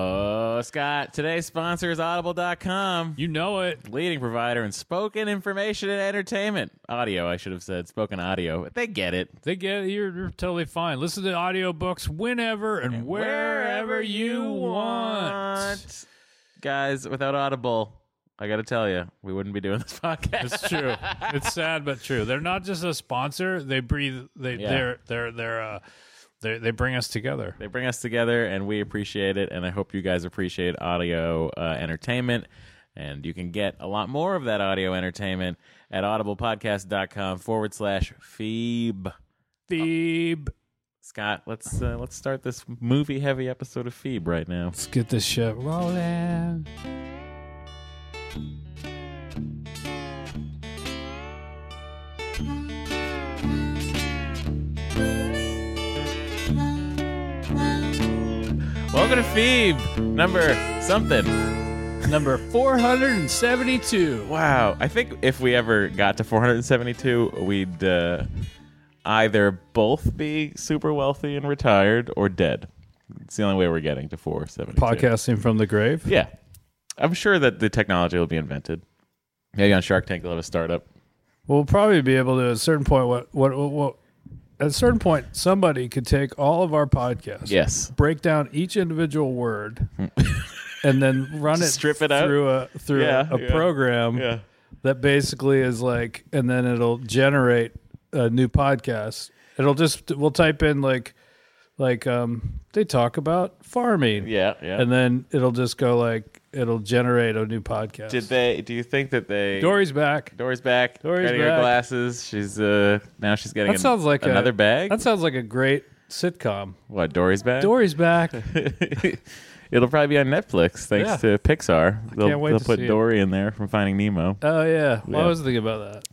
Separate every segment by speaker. Speaker 1: Oh, Scott, today's sponsor is Audible.com,
Speaker 2: You know it.
Speaker 1: leading provider in spoken information and entertainment. Audio, I should have said, spoken audio. But They get it.
Speaker 2: They get it. You're, you're totally fine. Listen to audiobooks whenever and, wherever you want.
Speaker 1: Guys, without Audible, I got to tell you, we wouldn't be doing this podcast.
Speaker 2: It's true. it's sad but true. They're not just a sponsor. They breathe. They
Speaker 1: Yeah.
Speaker 2: they're they're they're uh they they bring us together.
Speaker 1: They bring us together, and we appreciate it. And I hope you guys appreciate audio uh, entertainment. And you can get a lot more of that audio entertainment at audiblepodcast.com forward slash Phoebe.
Speaker 2: Phoebe.
Speaker 1: Scott, let's uh, let's start this movie heavy episode of Phoebe right now.
Speaker 2: Let's get this shit rolling.
Speaker 1: Welcome to Phoebe, number something.
Speaker 2: Number 472.
Speaker 1: Wow, I think if we ever got to 472, we'd uh, either both be super wealthy and retired or dead. It's the only way we're getting to 472.
Speaker 2: Podcasting from the grave.
Speaker 1: Yeah. I'm sure that the technology will be invented. Maybe on Shark Tank they'll have a startup.
Speaker 2: We'll probably be able to at a certain point what what what, what at a certain point somebody could take all of our podcasts.
Speaker 1: Yes.
Speaker 2: break down each individual word and then run it
Speaker 1: Hmm. Just strip it out?
Speaker 2: through a through
Speaker 1: Yeah,
Speaker 2: a, a
Speaker 1: yeah,
Speaker 2: program
Speaker 1: yeah.
Speaker 2: that basically is like and then it'll generate a new podcast it'll just we'll type in like like um they talk about farming
Speaker 1: Yeah, yeah.
Speaker 2: and then it'll just go like it'll generate a new podcast
Speaker 1: Did they do you think that they
Speaker 2: dory's back
Speaker 1: Dory's back.
Speaker 2: Dory's
Speaker 1: getting her
Speaker 2: back.
Speaker 1: glasses. She's uh now she's getting
Speaker 2: that
Speaker 1: an-
Speaker 2: sounds like a-
Speaker 1: another bag.
Speaker 2: that sounds like a great sitcom
Speaker 1: what, Dory's back?
Speaker 2: dory's back
Speaker 1: It'll probably be on Netflix thanks
Speaker 2: Yeah.
Speaker 1: to Pixar. They'll,
Speaker 2: can't wait
Speaker 1: they'll
Speaker 2: to
Speaker 1: put
Speaker 2: see it.
Speaker 1: Dory in there from Finding Nemo.
Speaker 2: oh yeah well,
Speaker 1: Yeah.
Speaker 2: i was thinking about that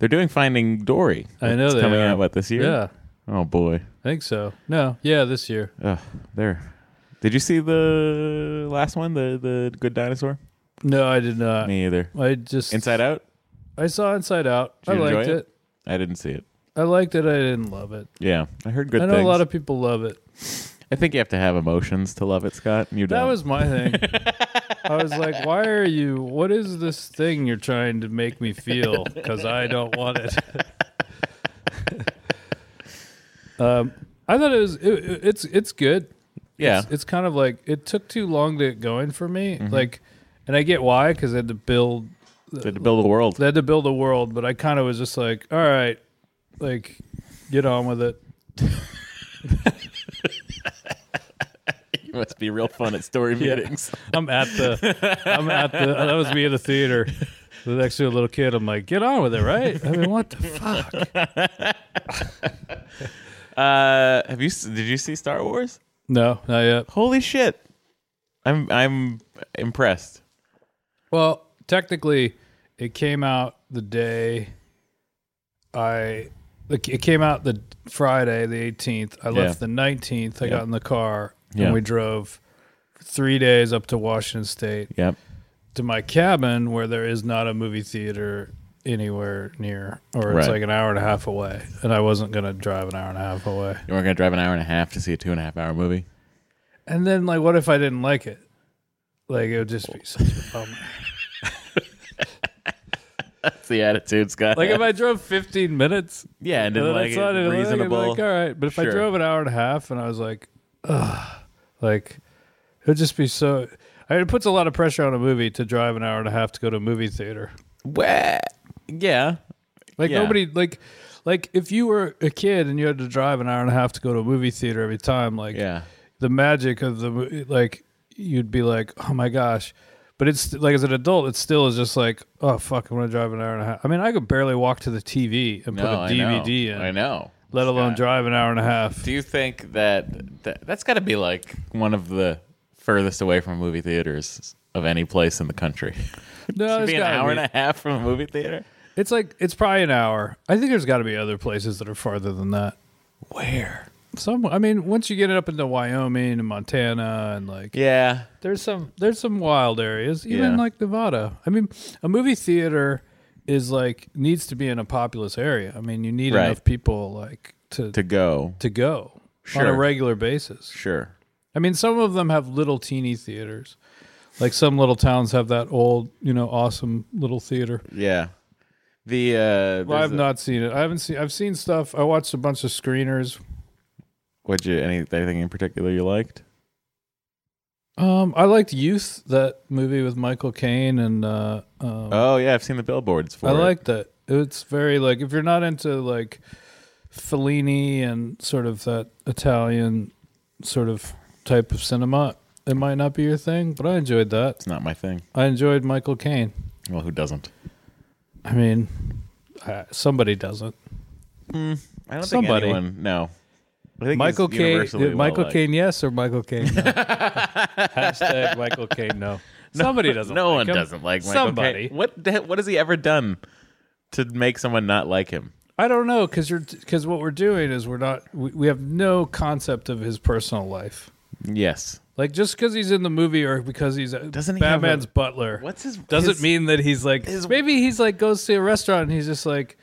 Speaker 1: They're doing Finding Dory.
Speaker 2: I know
Speaker 1: It's
Speaker 2: they
Speaker 1: coming
Speaker 2: are.
Speaker 1: out what this year?
Speaker 2: yeah
Speaker 1: Oh boy.
Speaker 2: I think so. No, yeah, this year.
Speaker 1: Ugh, there. Did you see the last one, the the Good Dinosaur?
Speaker 2: No, I did not.
Speaker 1: Me either.
Speaker 2: I just
Speaker 1: Inside Out?
Speaker 2: I saw Inside Out.
Speaker 1: Did you
Speaker 2: I
Speaker 1: enjoy
Speaker 2: liked
Speaker 1: it?
Speaker 2: it?
Speaker 1: I didn't see it.
Speaker 2: I liked it. I didn't love it.
Speaker 1: Yeah, I heard good
Speaker 2: I know
Speaker 1: things.
Speaker 2: a lot of people love it.
Speaker 1: I think you have to have emotions to love it, Scott. You
Speaker 2: That
Speaker 1: don't.
Speaker 2: was my thing. I was like, why are you? What is this thing you're trying to make me feel? Because I don't want it. um, I thought it was. It, it- it's it's good.
Speaker 1: yeah, Mm-hmm.
Speaker 2: It's, it's kind of like it took too long to get going for me. Like, and I get why because I had to build
Speaker 1: to build a world.
Speaker 2: they had to build a world, but I kind of was just like, all right, like, get on with it.
Speaker 1: You must be real fun at story meetings.
Speaker 2: I'm at the, I'm at the, that was me in the theater next to a little kid. I'm like, get on with it, right? I mean, what the fuck?
Speaker 1: Uh, have you? s- Did you see Star Wars?
Speaker 2: No, not yet.
Speaker 1: Holy shit! I'm I'm impressed.
Speaker 2: Well, technically, it came out the day I, like, it came out the Friday, the 18th. I left
Speaker 1: Yeah.
Speaker 2: the 19th. I
Speaker 1: Yeah.
Speaker 2: got in the car
Speaker 1: Yeah.
Speaker 2: and we drove three days up to Washington State.
Speaker 1: Yep.
Speaker 2: to my cabin where there is not a movie theater anywhere near or it's
Speaker 1: Right.
Speaker 2: like an hour and a half away and i wasn't going to drive an hour and a half away
Speaker 1: You weren't gonna drive an hour and a half to see a two and a half hour movie.
Speaker 2: and then like what if i didn't like it like it would just be such a bummer
Speaker 1: That's the attitude, Scott.
Speaker 2: like if
Speaker 1: I,
Speaker 2: i drove 15 minutes
Speaker 1: yeah, and
Speaker 2: then
Speaker 1: didn't
Speaker 2: I
Speaker 1: like it,
Speaker 2: thought like,
Speaker 1: reasonable.
Speaker 2: like, all right but if i
Speaker 1: Sure.
Speaker 2: drove an hour and a half and i was like ugh like it would just be so I mean, it puts a lot of pressure on a movie to drive an hour and a half to go to a movie theater
Speaker 1: Wah. Yeah.
Speaker 2: Like
Speaker 1: Yeah.
Speaker 2: nobody like like if you were a kid and you had to drive an hour and a half to go to a movie theater every time, like
Speaker 1: Yeah.
Speaker 2: the magic of the mo- like you'd be like, oh my gosh. But it's like as an adult, it still is just like, oh fuck, I'm gonna drive an hour and a half. I mean, I could barely walk to the TV and put
Speaker 1: No,
Speaker 2: a
Speaker 1: I know.
Speaker 2: DVD in,
Speaker 1: I know.
Speaker 2: let alone
Speaker 1: Scott.
Speaker 2: drive an hour and a half.
Speaker 1: Do you think that, that that's got to be like one of the furthest away from movie theaters of any place in the country?
Speaker 2: No,
Speaker 1: Should
Speaker 2: it's
Speaker 1: be an
Speaker 2: gotta
Speaker 1: hour
Speaker 2: be.
Speaker 1: and a half from a movie theater.
Speaker 2: It's like it's probably an hour. I think there's got to be other places that are farther than that.
Speaker 1: Where?
Speaker 2: Some, I mean, once you get it up into Wyoming and Montana and like
Speaker 1: Yeah,
Speaker 2: There's some there's some wild areas, even
Speaker 1: Yeah.
Speaker 2: like Nevada. I mean, a movie theater is like needs to be in a populous area. I mean, you need
Speaker 1: Right.
Speaker 2: enough people like to to,
Speaker 1: to go.
Speaker 2: go on
Speaker 1: Sure.
Speaker 2: a regular basis.
Speaker 1: Sure.
Speaker 2: I mean, some of them have little teeny theaters. Like some little towns have that old, you know, awesome little theater.
Speaker 1: Yeah. The uh there's
Speaker 2: Well, I've
Speaker 1: a-
Speaker 2: not seen it. I haven't seen. I've seen stuff. I watched a bunch of screeners.
Speaker 1: what you any anything in particular you liked?
Speaker 2: Um, I liked Youth, that movie with Michael Caine, and uh, um,
Speaker 1: Oh yeah, I've seen the billboards for
Speaker 2: I
Speaker 1: it.
Speaker 2: liked it. It's very like if you're not into like Fellini and sort of that Italian sort of type of cinema, it might not be your thing. But I enjoyed that.
Speaker 1: It's not my thing.
Speaker 2: I enjoyed Michael Caine.
Speaker 1: Well, who doesn't?
Speaker 2: I mean, uh, somebody doesn't.
Speaker 1: I don't
Speaker 2: Somebody.
Speaker 1: think anyone. No. I think
Speaker 2: Michael
Speaker 1: he's
Speaker 2: Caine, uh,
Speaker 1: universally well
Speaker 2: Michael
Speaker 1: liked.
Speaker 2: Caine, yes or Michael Caine? No. Hashtag Michael Caine, no. Somebody doesn't.
Speaker 1: No
Speaker 2: like
Speaker 1: one
Speaker 2: him.
Speaker 1: doesn't like Michael
Speaker 2: somebody.
Speaker 1: Caine. What the he- what has he ever done to make someone not like him?
Speaker 2: I don't know because you're because what we're doing is we're not we, we have no concept of his personal life.
Speaker 1: Yes.
Speaker 2: Like just because he's in the movie or because he's
Speaker 1: Doesn't
Speaker 2: doesn't
Speaker 1: he have
Speaker 2: Batman's
Speaker 1: a-
Speaker 2: butler.
Speaker 1: What's his-
Speaker 2: doesn't
Speaker 1: his-
Speaker 2: mean that he's like
Speaker 1: his-
Speaker 2: maybe he's like goes to a restaurant and he's just like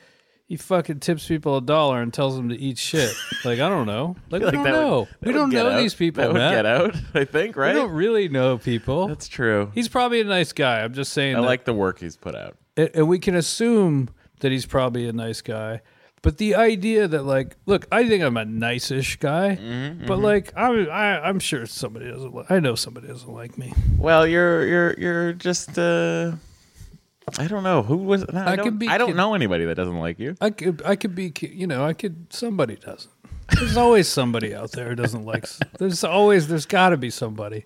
Speaker 2: he fucking tips people a dollar and tells them to eat shit. like I don't know. Like,
Speaker 1: I
Speaker 2: we
Speaker 1: feel
Speaker 2: don't
Speaker 1: like that would-
Speaker 2: know.
Speaker 1: that
Speaker 2: we
Speaker 1: would
Speaker 2: don't
Speaker 1: get
Speaker 2: know
Speaker 1: out.
Speaker 2: these people.
Speaker 1: That would
Speaker 2: Matt.
Speaker 1: get out. I think
Speaker 2: We
Speaker 1: right.
Speaker 2: don't really know people.
Speaker 1: That's true.
Speaker 2: he's probably a nice guy. I'm just saying.
Speaker 1: I
Speaker 2: that-
Speaker 1: like the work he's put out.
Speaker 2: and, and we can assume that he's probably a nice guy. But the idea that like, look, I think I'm a nice-ish guy,
Speaker 1: Mm-hmm,
Speaker 2: but like, I'm I, I'm sure somebody doesn't. Li- I know somebody doesn't like me.
Speaker 1: Well, you're you're you're just. uh I don't know who was. No, I,
Speaker 2: I
Speaker 1: don't,
Speaker 2: can be
Speaker 1: I don't
Speaker 2: kid-
Speaker 1: know anybody that doesn't like you.
Speaker 2: I could I could be ki- you know I could somebody doesn't. There's always somebody out there who doesn't like. s- There's always there's got to be somebody.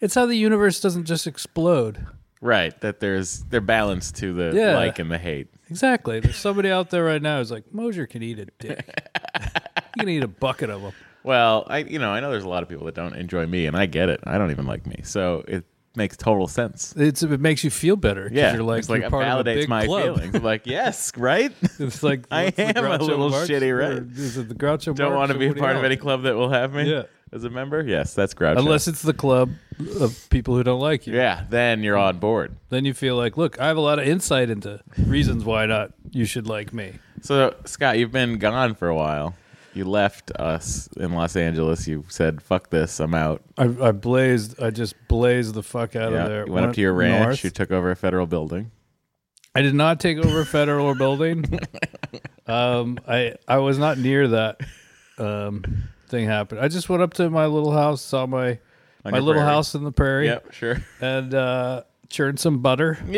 Speaker 2: It's how the universe doesn't just explode.
Speaker 1: Right. That there's they're balanced to the
Speaker 2: Yeah.
Speaker 1: like and the hate.
Speaker 2: Exactly. There's somebody out there right now who's like Mosier can eat a dick. you can eat a bucket of them.
Speaker 1: Well, I you know I know there's a lot of people that don't enjoy me, and I get it. I don't even like me, so it makes total sense.
Speaker 2: It's it makes you feel better. 'cause
Speaker 1: Yeah,
Speaker 2: you're like,
Speaker 1: it's like
Speaker 2: you're
Speaker 1: it
Speaker 2: part
Speaker 1: validates
Speaker 2: of a big
Speaker 1: my
Speaker 2: club.
Speaker 1: feelings. I'm like yes, right.
Speaker 2: It's like
Speaker 1: I
Speaker 2: what's the
Speaker 1: am a
Speaker 2: Groucho
Speaker 1: little
Speaker 2: Marx?
Speaker 1: shitty,
Speaker 2: Or
Speaker 1: right?
Speaker 2: Is it the Groucho?
Speaker 1: don't
Speaker 2: Marx
Speaker 1: want
Speaker 2: or
Speaker 1: to be a
Speaker 2: what do you
Speaker 1: part of
Speaker 2: want?
Speaker 1: any club that will have me
Speaker 2: Yeah.
Speaker 1: as a member. Yes, that's Groucho.
Speaker 2: Unless it's the club of people who don't like you.
Speaker 1: yeah, then you're on board.
Speaker 2: Then you feel like, look, I have a lot of insight into reasons why not you should like me.
Speaker 1: So Scott, you've been gone for a while. You left us in Los Angeles. You said, "Fuck this, I'm out."
Speaker 2: I, I blazed. I just blazed the fuck out
Speaker 1: Yeah.
Speaker 2: of there.
Speaker 1: You went up to your ranch.
Speaker 2: north.
Speaker 1: You took over a federal building.
Speaker 2: I did not take over a federal building. Um, I I was not near that um, thing happened. I just went up to my little house, saw my
Speaker 1: On
Speaker 2: my
Speaker 1: your
Speaker 2: little
Speaker 1: prairie.
Speaker 2: house in the prairie,
Speaker 1: Yep, sure.
Speaker 2: and uh, churned some butter.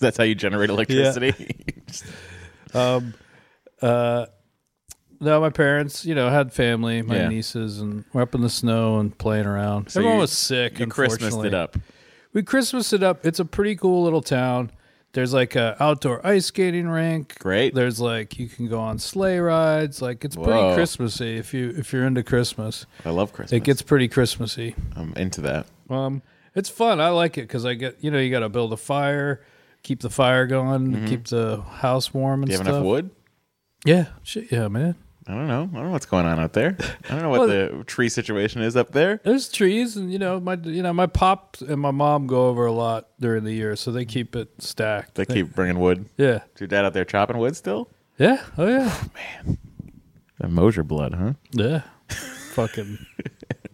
Speaker 1: That's how you generate electricity.
Speaker 2: um, uh, no, my parents, you know, had family, my
Speaker 1: Yeah.
Speaker 2: nieces, and we're up in the snow and playing around.
Speaker 1: So
Speaker 2: Everyone
Speaker 1: you-
Speaker 2: was sick.
Speaker 1: you Christmased it
Speaker 2: unfortunately.
Speaker 1: up.
Speaker 2: We Christmased it up. It's a pretty cool little town. There's like a outdoor ice skating rink.
Speaker 1: Great.
Speaker 2: There's like you can go on sleigh rides. Like it's
Speaker 1: Whoa.
Speaker 2: pretty Christmassy if you if you're into Christmas.
Speaker 1: I love Christmas.
Speaker 2: It gets pretty Christmassy.
Speaker 1: I'm into that.
Speaker 2: Um, it's fun. I like it because I get you know you got to build a fire, keep the fire going, keep the house warm and
Speaker 1: Mm-hmm. Do you have
Speaker 2: stuff.
Speaker 1: enough wood?
Speaker 2: Yeah, shit, yeah, man.
Speaker 1: I don't know. I don't know what's going on out there. I don't know what the tree situation is up there.
Speaker 2: There's trees, and you know my you know my pop and my mom go over a lot during the year, so they keep it stacked.
Speaker 1: They keep bringing wood.
Speaker 2: yeah,
Speaker 1: Is your dad out there chopping wood still?
Speaker 2: yeah, oh yeah,
Speaker 1: That Mosier blood, huh?
Speaker 2: yeah. Fucking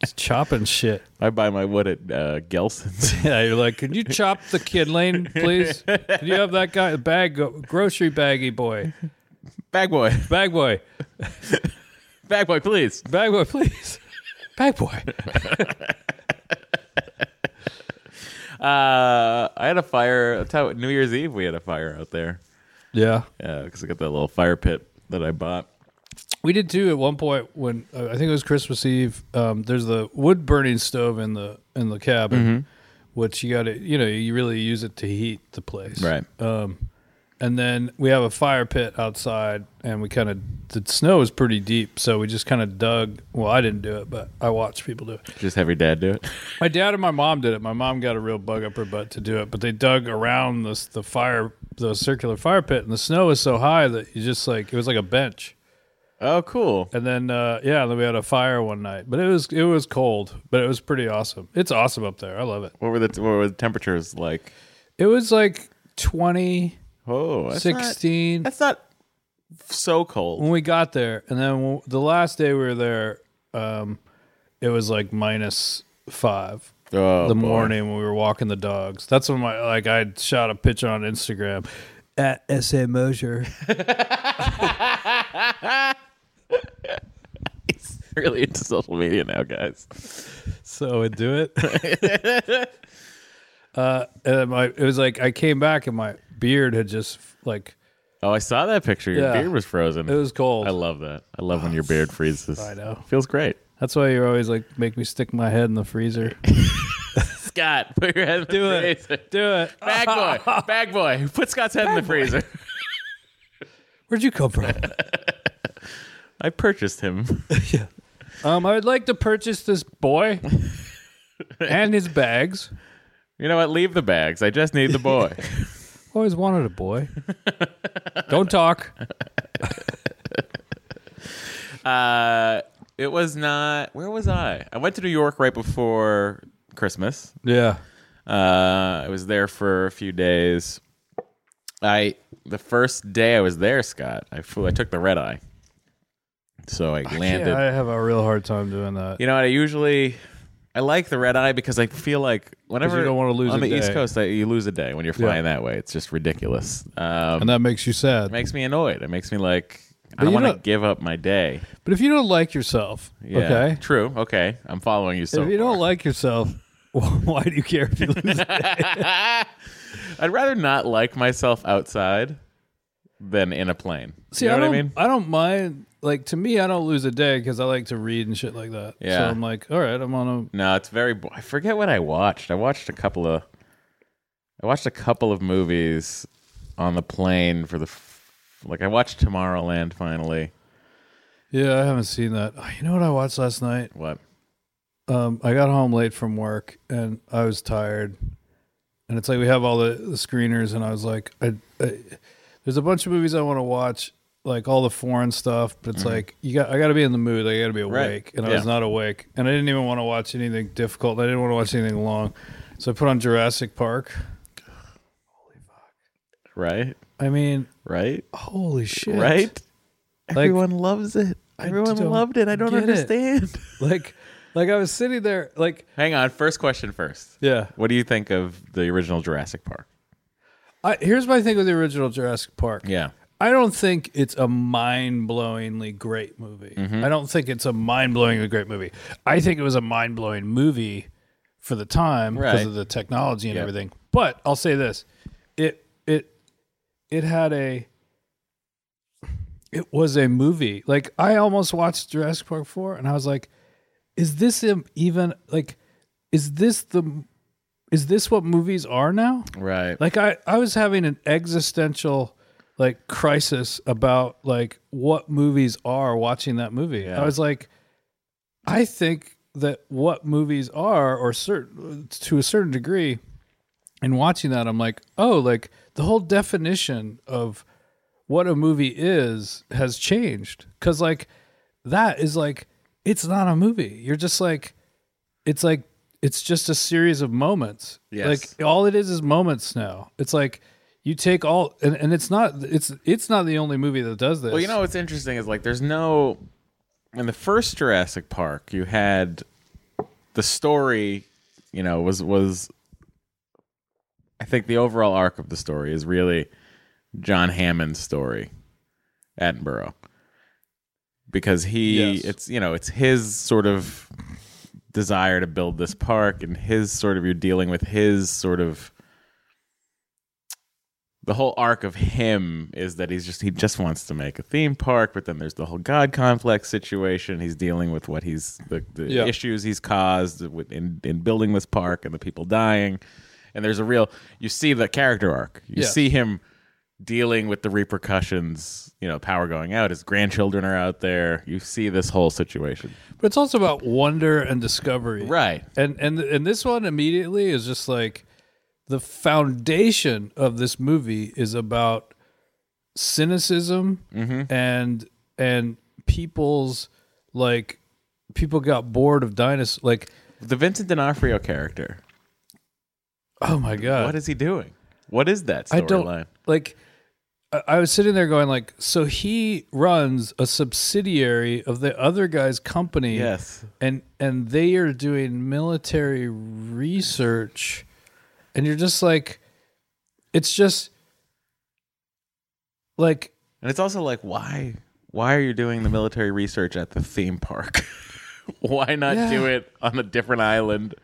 Speaker 2: just chopping shit.
Speaker 1: I buy my wood at uh, Gelson's.
Speaker 2: Yeah, you're like, can you chop the kid lane, please? Can you have that guy bag uh, grocery baggy boy,
Speaker 1: Bag boy.
Speaker 2: bag boy,
Speaker 1: Bag boy, please.
Speaker 2: bag boy, please, bag boy.
Speaker 1: Uh, I had a fire. that's how- New Year's Eve, we had a fire out there.
Speaker 2: Yeah,
Speaker 1: Yeah, because I got that little fire pit that I bought.
Speaker 2: We did too at one point when uh, I think it was Christmas Eve. Um, there's the wood burning stove in the in the cabin, which you got to you know you really use it to heat the place,
Speaker 1: Right.
Speaker 2: Um, and then we have a fire pit outside, and we kind of the snow is pretty deep, so we just kind of dug. Well, I didn't do it, but I watched people do it.
Speaker 1: Just have your dad do it.
Speaker 2: My dad and my mom did it. My mom got a real bug up her butt to do it, but they dug around this the fire the circular fire pit, and the snow was so high that you just like it was like a bench.
Speaker 1: Oh, cool.
Speaker 2: And then uh, yeah, then we had a fire one night, but it was it was cold, but it was pretty awesome. It's awesome up there. I love it.
Speaker 1: What were the what were the temperatures like?
Speaker 2: It was like 20,
Speaker 1: Oh, that's not-
Speaker 2: 16
Speaker 1: that's not so cold.
Speaker 2: when we got there, and then w- the last day we were there, um, it was like minus five
Speaker 1: Oh,
Speaker 2: the
Speaker 1: boy.
Speaker 2: morning when we were walking the dogs. That's when my like I shot a picture on Instagram at SA Mosier.
Speaker 1: It's really into social media now, guys.
Speaker 2: So I do it. uh, and then my it was like I came back and my beard had just like
Speaker 1: Oh, I saw that picture. Your
Speaker 2: Yeah.
Speaker 1: beard was frozen.
Speaker 2: it was cold.
Speaker 1: I love that. I love when your beard freezes.
Speaker 2: I know.
Speaker 1: Feels great.
Speaker 2: That's why you're always like make me stick my head in the freezer.
Speaker 1: Scott, put your head in
Speaker 2: Do
Speaker 1: the
Speaker 2: it.
Speaker 1: freezer.
Speaker 2: Do it.
Speaker 1: Bag boy, bag boy, put Scott's head in the freezer.
Speaker 2: Where'd you come from?
Speaker 1: I purchased him.
Speaker 2: um, I would like to purchase this boy and his bags.
Speaker 1: You know what? Leave the bags. I just need the boy.
Speaker 2: Always wanted a boy. Don't talk.
Speaker 1: Uh, it was not. Where was I? I went to New York right before Christmas.
Speaker 2: Yeah.
Speaker 1: Uh, I was there for a few days. I the first day I was there, Scott, I flew. I took the red eye, so I landed.
Speaker 2: Yeah, I have a real hard time doing that.
Speaker 1: you know, what? I usually I like the red eye because I feel like whenever
Speaker 2: you don't wanna lose
Speaker 1: on
Speaker 2: a
Speaker 1: the East
Speaker 2: day.
Speaker 1: Coast, I, you lose a day when you're flying that way. It's just ridiculous. Um,
Speaker 2: And that makes you
Speaker 1: it
Speaker 2: sad.
Speaker 1: makes me annoyed. It makes me like I
Speaker 2: you
Speaker 1: don't want to
Speaker 2: don't-
Speaker 1: give up my day.
Speaker 2: But if you don't like yourself,
Speaker 1: Yeah,
Speaker 2: okay?
Speaker 1: true. Okay, I'm following you. So
Speaker 2: if you don't like yourself, why do you care if you lose?
Speaker 1: I'd rather not like myself outside than in a plane.
Speaker 2: See,
Speaker 1: you know
Speaker 2: I
Speaker 1: what
Speaker 2: don't,
Speaker 1: I mean?
Speaker 2: don't mind. Like to me, I don't lose a day because I like to read and shit like that.
Speaker 1: Yeah.
Speaker 2: So I'm like, all right, I'm on
Speaker 1: No, it's very. bo- I forget what I watched. I watched a couple of. I watched a couple of movies on the plane for the. f- Like I watched Tomorrowland finally.
Speaker 2: a. Yeah, I haven't seen that. Oh, you know what I watched last night?
Speaker 1: What?
Speaker 2: Um, I got home late from work and I was tired. And it's like we have all the, the screeners, and I was like, I, I, there's a bunch of movies I want to watch, like all the foreign stuff. But it's like you got, I got to be in the mood. Like, I got to be
Speaker 1: Mm-hmm. Right.
Speaker 2: awake, and I
Speaker 1: Yeah.
Speaker 2: was not awake. And I didn't even want to watch anything difficult. I didn't want to watch anything long, so I put on Jurassic Park.
Speaker 1: Right?
Speaker 2: I mean,
Speaker 1: Right?
Speaker 2: holy shit!
Speaker 1: Right?
Speaker 2: Like-
Speaker 1: Everyone loves it. Everyone
Speaker 2: don't
Speaker 1: loved it. I don't
Speaker 2: get it.
Speaker 1: understand.
Speaker 2: like like i was sitting there like
Speaker 1: Hang on. First question first.
Speaker 2: yeah
Speaker 1: What do you think of the original Jurassic Park?
Speaker 2: I, here's my thing with the original jurassic park
Speaker 1: Yeah.
Speaker 2: i don't think it's a mind-blowingly great movie
Speaker 1: Mm-hmm.
Speaker 2: i don't think it's a mind-blowingly great movie i think it was a mind-blowing movie for the time because
Speaker 1: Right.
Speaker 2: of the technology and
Speaker 1: Yep.
Speaker 2: everything but i'll say this it it it had a it was a movie like i almost watched jurassic park 4 and i was like is this im- even like is this the is this what movies are now
Speaker 1: Right.
Speaker 2: like i i was having an existential like crisis about like what movies are watching that movie
Speaker 1: Yeah.
Speaker 2: i was like i think that what movies are or certain to a certain degree and watching that i'm like oh like the whole definition of what a movie is has changed because like that is like it's not a movie you're just like it's like it's just a series of moments
Speaker 1: Yes.
Speaker 2: like all it is is moments now it's like you take all and, and it's not it's it's not the only movie that does this
Speaker 1: Well, you know what's interesting is like there's no in the first Jurassic Park you had the story, you know, was was I think the overall arc of the story is really John Hammond's story, Attenborough. Because he
Speaker 2: Yes.
Speaker 1: it's you know, it's his sort of desire to build this park and his sort of you're dealing with his sort of the whole arc of him is that he's just he just wants to make a theme park, but then there's the whole god complex situation. He's dealing with what he's the, the
Speaker 2: Yeah.
Speaker 1: issues he's caused with- in in building this park and the people dying. And there's a real you see the character arc. You
Speaker 2: Yes.
Speaker 1: see him dealing with the repercussions. You know, power going out. His grandchildren are out there. You see this whole situation,
Speaker 2: but it's also about wonder and discovery
Speaker 1: right?
Speaker 2: and and and this one immediately is just like the foundation of this movie is about cynicism
Speaker 1: Mm-hmm.
Speaker 2: and and people's like people got bored of dinosaurs like
Speaker 1: The Vincent D'Onofrio character.
Speaker 2: oh my god
Speaker 1: What is he doing? What is that
Speaker 2: Uh, I don't
Speaker 1: storyline?
Speaker 2: like. I- I was sitting there going like, so he runs a subsidiary of the other guy's company.
Speaker 1: Yes.
Speaker 2: And and they are doing military research, and you're just like, it's just like
Speaker 1: And it's also like, why? Why are you doing the military research at the theme park? why not
Speaker 2: Yeah.
Speaker 1: do it on a different island,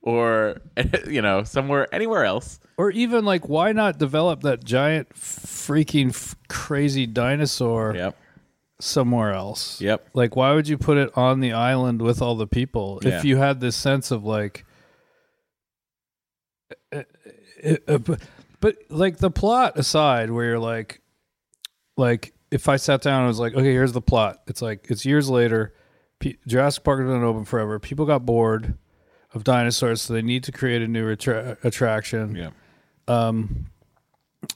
Speaker 1: or you know, somewhere anywhere else?
Speaker 2: or even like why not develop that giant freaking f- crazy dinosaur
Speaker 1: Yep.
Speaker 2: somewhere else
Speaker 1: Yep.
Speaker 2: like why would you put it on the island with all the people
Speaker 1: Yeah.
Speaker 2: if you had this sense of like uh, uh, uh, but, but like the plot aside where you're like like if i sat down and was like okay here's the plot it's like it's years later P- jurassic park has been open forever people got bored of dinosaurs so they need to create a new attra- attraction
Speaker 1: Yeah.
Speaker 2: Um,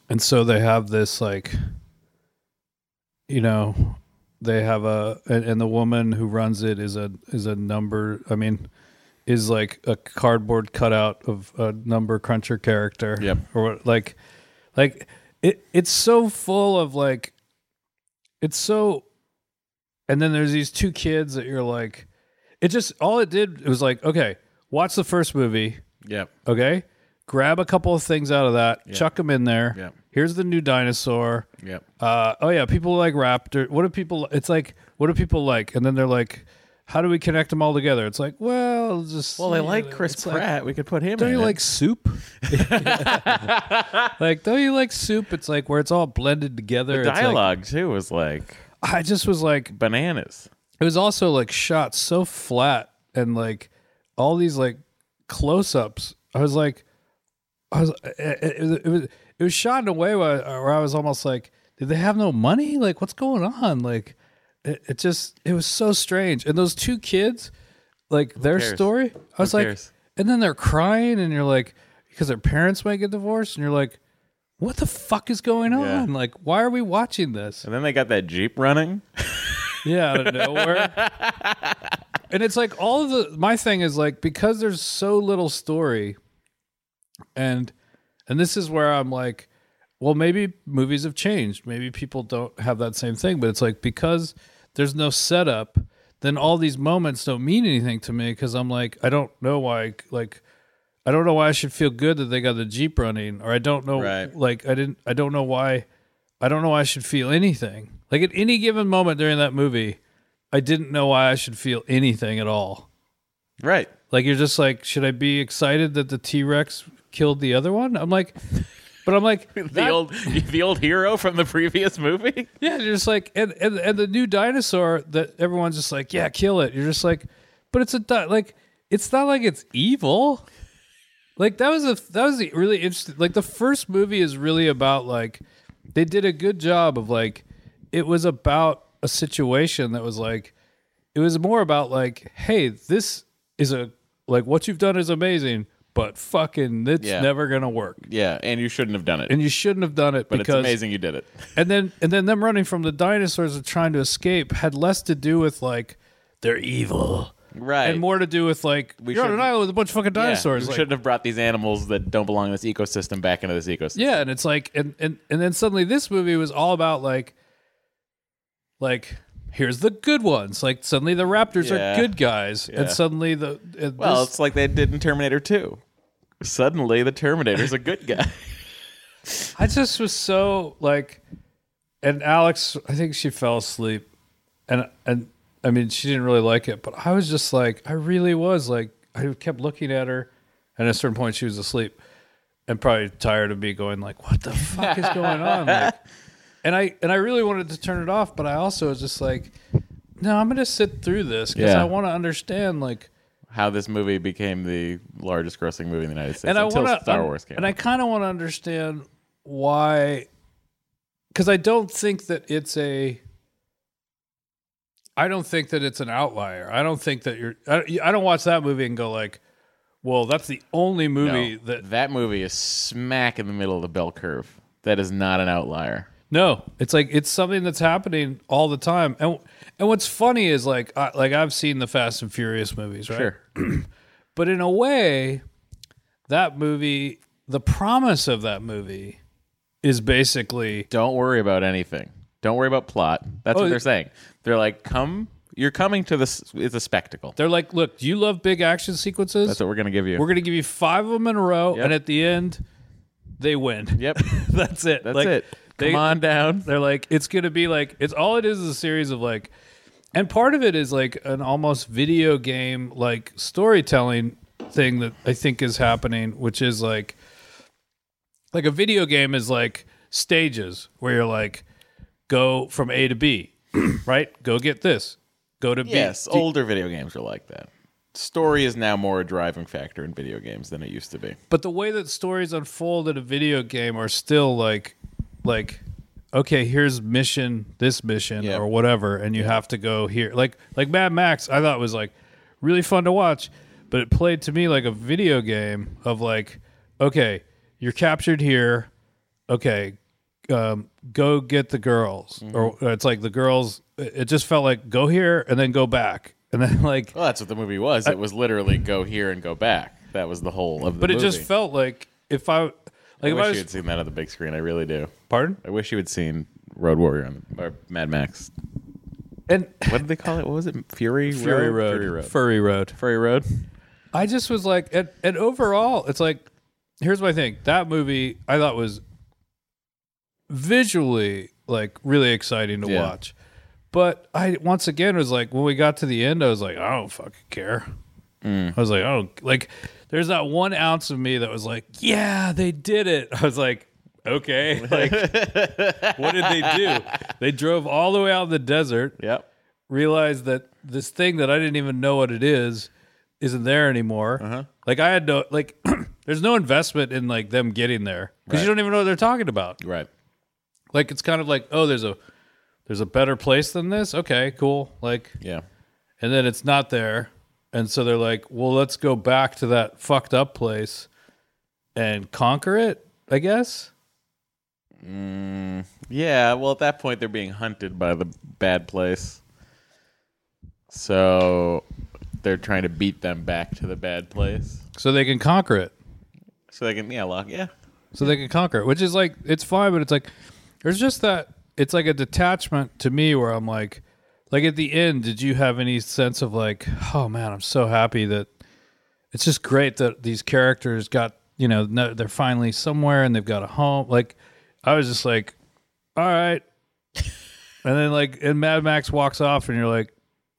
Speaker 2: and so they have this like you know they have a and, and the woman who runs it is a is a number i mean is like a cardboard cutout of a number cruncher character
Speaker 1: Yep.
Speaker 2: or what like like it it's so full of like it's so and then there's these two kids that you're like it just all it did it was like okay watch the first movie
Speaker 1: Yep.
Speaker 2: Okay. Grab a couple of things out of that, chuck them in there.
Speaker 1: Yep.
Speaker 2: Here's the new dinosaur.
Speaker 1: Yep.
Speaker 2: Uh, oh yeah, people like raptor. What do people? It's like what do people like? And then they're like, how do we connect them all together? It's like, well, just
Speaker 1: Well, they like Chris Pratt. we could put him.
Speaker 2: Don't
Speaker 1: in
Speaker 2: you
Speaker 1: it.
Speaker 2: like soup? like, don't you like soup? It's like where it's all blended together. It's like-
Speaker 1: dialogue too? Was like
Speaker 2: I just was like,
Speaker 1: bananas.
Speaker 2: it was also like shot so flat and like all these like close-ups i was like i was it, it, it was it was shot in a way where, where i was almost like did they have no money like what's going on like it, it just it was so strange and those two kids like their
Speaker 1: cares?
Speaker 2: story i was like
Speaker 1: cares?
Speaker 2: and then they're crying and you're like because their parents might get divorced and you're like what the fuck is going on
Speaker 1: Yeah.
Speaker 2: like why are we watching this
Speaker 1: And then they got that jeep running.
Speaker 2: yeah, out of nowhere. and it's like all of the my thing is like because there's so little story and and this is where I'm like, well, maybe movies have changed. Maybe people don't have that same thing, but it's like because there's no setup, then all these moments don't mean anything to me because I'm like, I don't know why like I don't know why I should feel good that they got the Jeep running, or I don't know
Speaker 1: Right.
Speaker 2: like I didn't I don't know why I don't know why I should feel anything. Like at any given moment during that movie, I didn't know why I should feel anything at all.
Speaker 1: Right.
Speaker 2: Like you're just like, should I be excited that the T Rex killed the other one? I'm like, but I'm like
Speaker 1: The
Speaker 2: that-
Speaker 1: old the old hero from the previous movie.
Speaker 2: yeah. You're just like, and, and and the new dinosaur that everyone's just like, yeah, kill it. You're just like, but it's a di- like, it's not like it's evil. Like that was a that was a really interesting. Like the first movie is really about like they did a good job of like it was about a situation that was like it was more about like hey this is a like what you've done is amazing but fucking it's
Speaker 1: Yeah.
Speaker 2: never gonna work
Speaker 1: Yeah, and you shouldn't have done it.
Speaker 2: and you shouldn't have done it
Speaker 1: but it's
Speaker 2: because
Speaker 1: amazing you did it.
Speaker 2: and then and then them running from the dinosaurs and trying to escape had less to do with like they're evil
Speaker 1: Right.
Speaker 2: and more to do with like we you're on an
Speaker 1: shouldn't-
Speaker 2: island with a bunch of fucking
Speaker 1: Yeah,
Speaker 2: dinosaurs.
Speaker 1: we
Speaker 2: like-
Speaker 1: shouldn't have brought these animals that don't belong in this ecosystem back into this ecosystem.
Speaker 2: Yeah, and it's like and and and then suddenly this movie was all about like like here's the good ones. Like suddenly the raptors
Speaker 1: Yeah.
Speaker 2: are good guys
Speaker 1: Yeah.
Speaker 2: and suddenly the and
Speaker 1: Well,
Speaker 2: this-
Speaker 1: it's like they did in Terminator 2. Suddenly, the Terminator's a good guy.
Speaker 2: I just was so like and Alex I think she fell asleep and and I mean she didn't really like it, but I was just like I really was like I kept looking at her and at a certain point she was asleep and probably tired of me going like what the fuck is going on like, and I and I really wanted to turn it off, but I also was just like no, I'm going to sit through this cuz
Speaker 1: Yeah.
Speaker 2: I want to understand like
Speaker 1: How this movie became the largest grossing movie in the United States
Speaker 2: and I
Speaker 1: until
Speaker 2: want to
Speaker 1: Star Wars came.
Speaker 2: And I kind of want to understand why, because I don't think that it's a. I don't think that it's an outlier. I don't think that you're. I, I don't watch that movie and go like, "Well, that's the only
Speaker 1: No,
Speaker 2: movie that."
Speaker 1: that movie is smack in the middle of the bell curve. That is not an outlier.
Speaker 2: No, it's like it's something that's happening all the time. And and what's funny is like I, like I've seen the Fast and Furious movies, right?
Speaker 1: Sure.
Speaker 2: But in a way, that movie, the promise of that movie is basically
Speaker 1: Don't worry about anything. Don't worry about plot. That's what
Speaker 2: Oh,
Speaker 1: they're saying. They're like, come. You're coming to this. It's a spectacle.
Speaker 2: they're like, look, do you love big action sequences?
Speaker 1: That's what we're gonna give you.
Speaker 2: We're gonna give you five of them in a row,
Speaker 1: Yep.
Speaker 2: and at the end, they win.
Speaker 1: yep.
Speaker 2: That's it.
Speaker 1: That's
Speaker 2: Like,
Speaker 1: it.
Speaker 2: They,
Speaker 1: come on down.
Speaker 2: They're like, it's gonna be like it's all it is is a series of like and part of it is like an almost video game like storytelling thing that I think is happening, which is like like a video game is like stages where you're like go from A to B, right? Go get this. Go to B.
Speaker 1: Yes, older video games are like that. Story is now more a driving factor in video games than it used to be.
Speaker 2: but the way that stories unfold in a video game are still like like okay here's mission this mission
Speaker 1: Yeah.
Speaker 2: or whatever and you have to go here like like mad max i thought was like really fun to watch but it played to me like a video game of like okay you're captured here okay um, go get the girls
Speaker 1: Mm-hmm.
Speaker 2: or or it's like the girls it it just felt like go here and then go back and then like
Speaker 1: Well, that's what the movie was. It was literally go here and go back. That was the whole of the
Speaker 2: but it
Speaker 1: movie.
Speaker 2: just felt like if i
Speaker 1: I
Speaker 2: like if
Speaker 1: wish
Speaker 2: i
Speaker 1: you
Speaker 2: was
Speaker 1: had seen that on the big screen. I really do.
Speaker 2: pardon
Speaker 1: I wish you had seen Road Warrior on the, or Mad Max.
Speaker 2: and
Speaker 1: What did they call it? What was it? Fury
Speaker 2: Fury
Speaker 1: Road?
Speaker 2: Road.
Speaker 1: Fury Road.
Speaker 2: Furry Road.
Speaker 1: Fury Road.
Speaker 2: I just was like, and, and overall, it's like, here's my thing. That movie I thought was visually like really exciting to
Speaker 1: Yeah.
Speaker 2: watch. But I once again was like, when we got to the end, I was like, I don't fucking care. I was like, oh, like there's that one ounce of me that was like, yeah, they did it. I was like, okay, like what did they do? They drove all the way out in the desert
Speaker 1: Yep.
Speaker 2: realized that this thing that I didn't even know what it is isn't there anymore. Like I had no like there's no investment in like them getting there because you
Speaker 1: Right.
Speaker 2: don't even know what they're talking about.
Speaker 1: Right.
Speaker 2: Like it's kind of like oh there's a there's a better place than this. Okay, cool. Like
Speaker 1: Yeah.
Speaker 2: and then it's not there and so they're like well let's go back to that fucked up place and conquer it, I guess.
Speaker 1: Yeah. Well, at that point, they're being hunted by the bad place. So they're trying to beat them back to the bad place.
Speaker 2: So they can conquer it.
Speaker 1: So they can, yeah, lock, yeah.
Speaker 2: so they can conquer it, which is like it's fine, but it's like there's just that it's like a detachment to me where I'm like, like at the end, did you have any sense of like, oh man, I'm so happy that it's just great that these characters got you know no, they're finally somewhere and they've got a home. Like I was just like, all right, and then like and Mad Max walks off and you're like,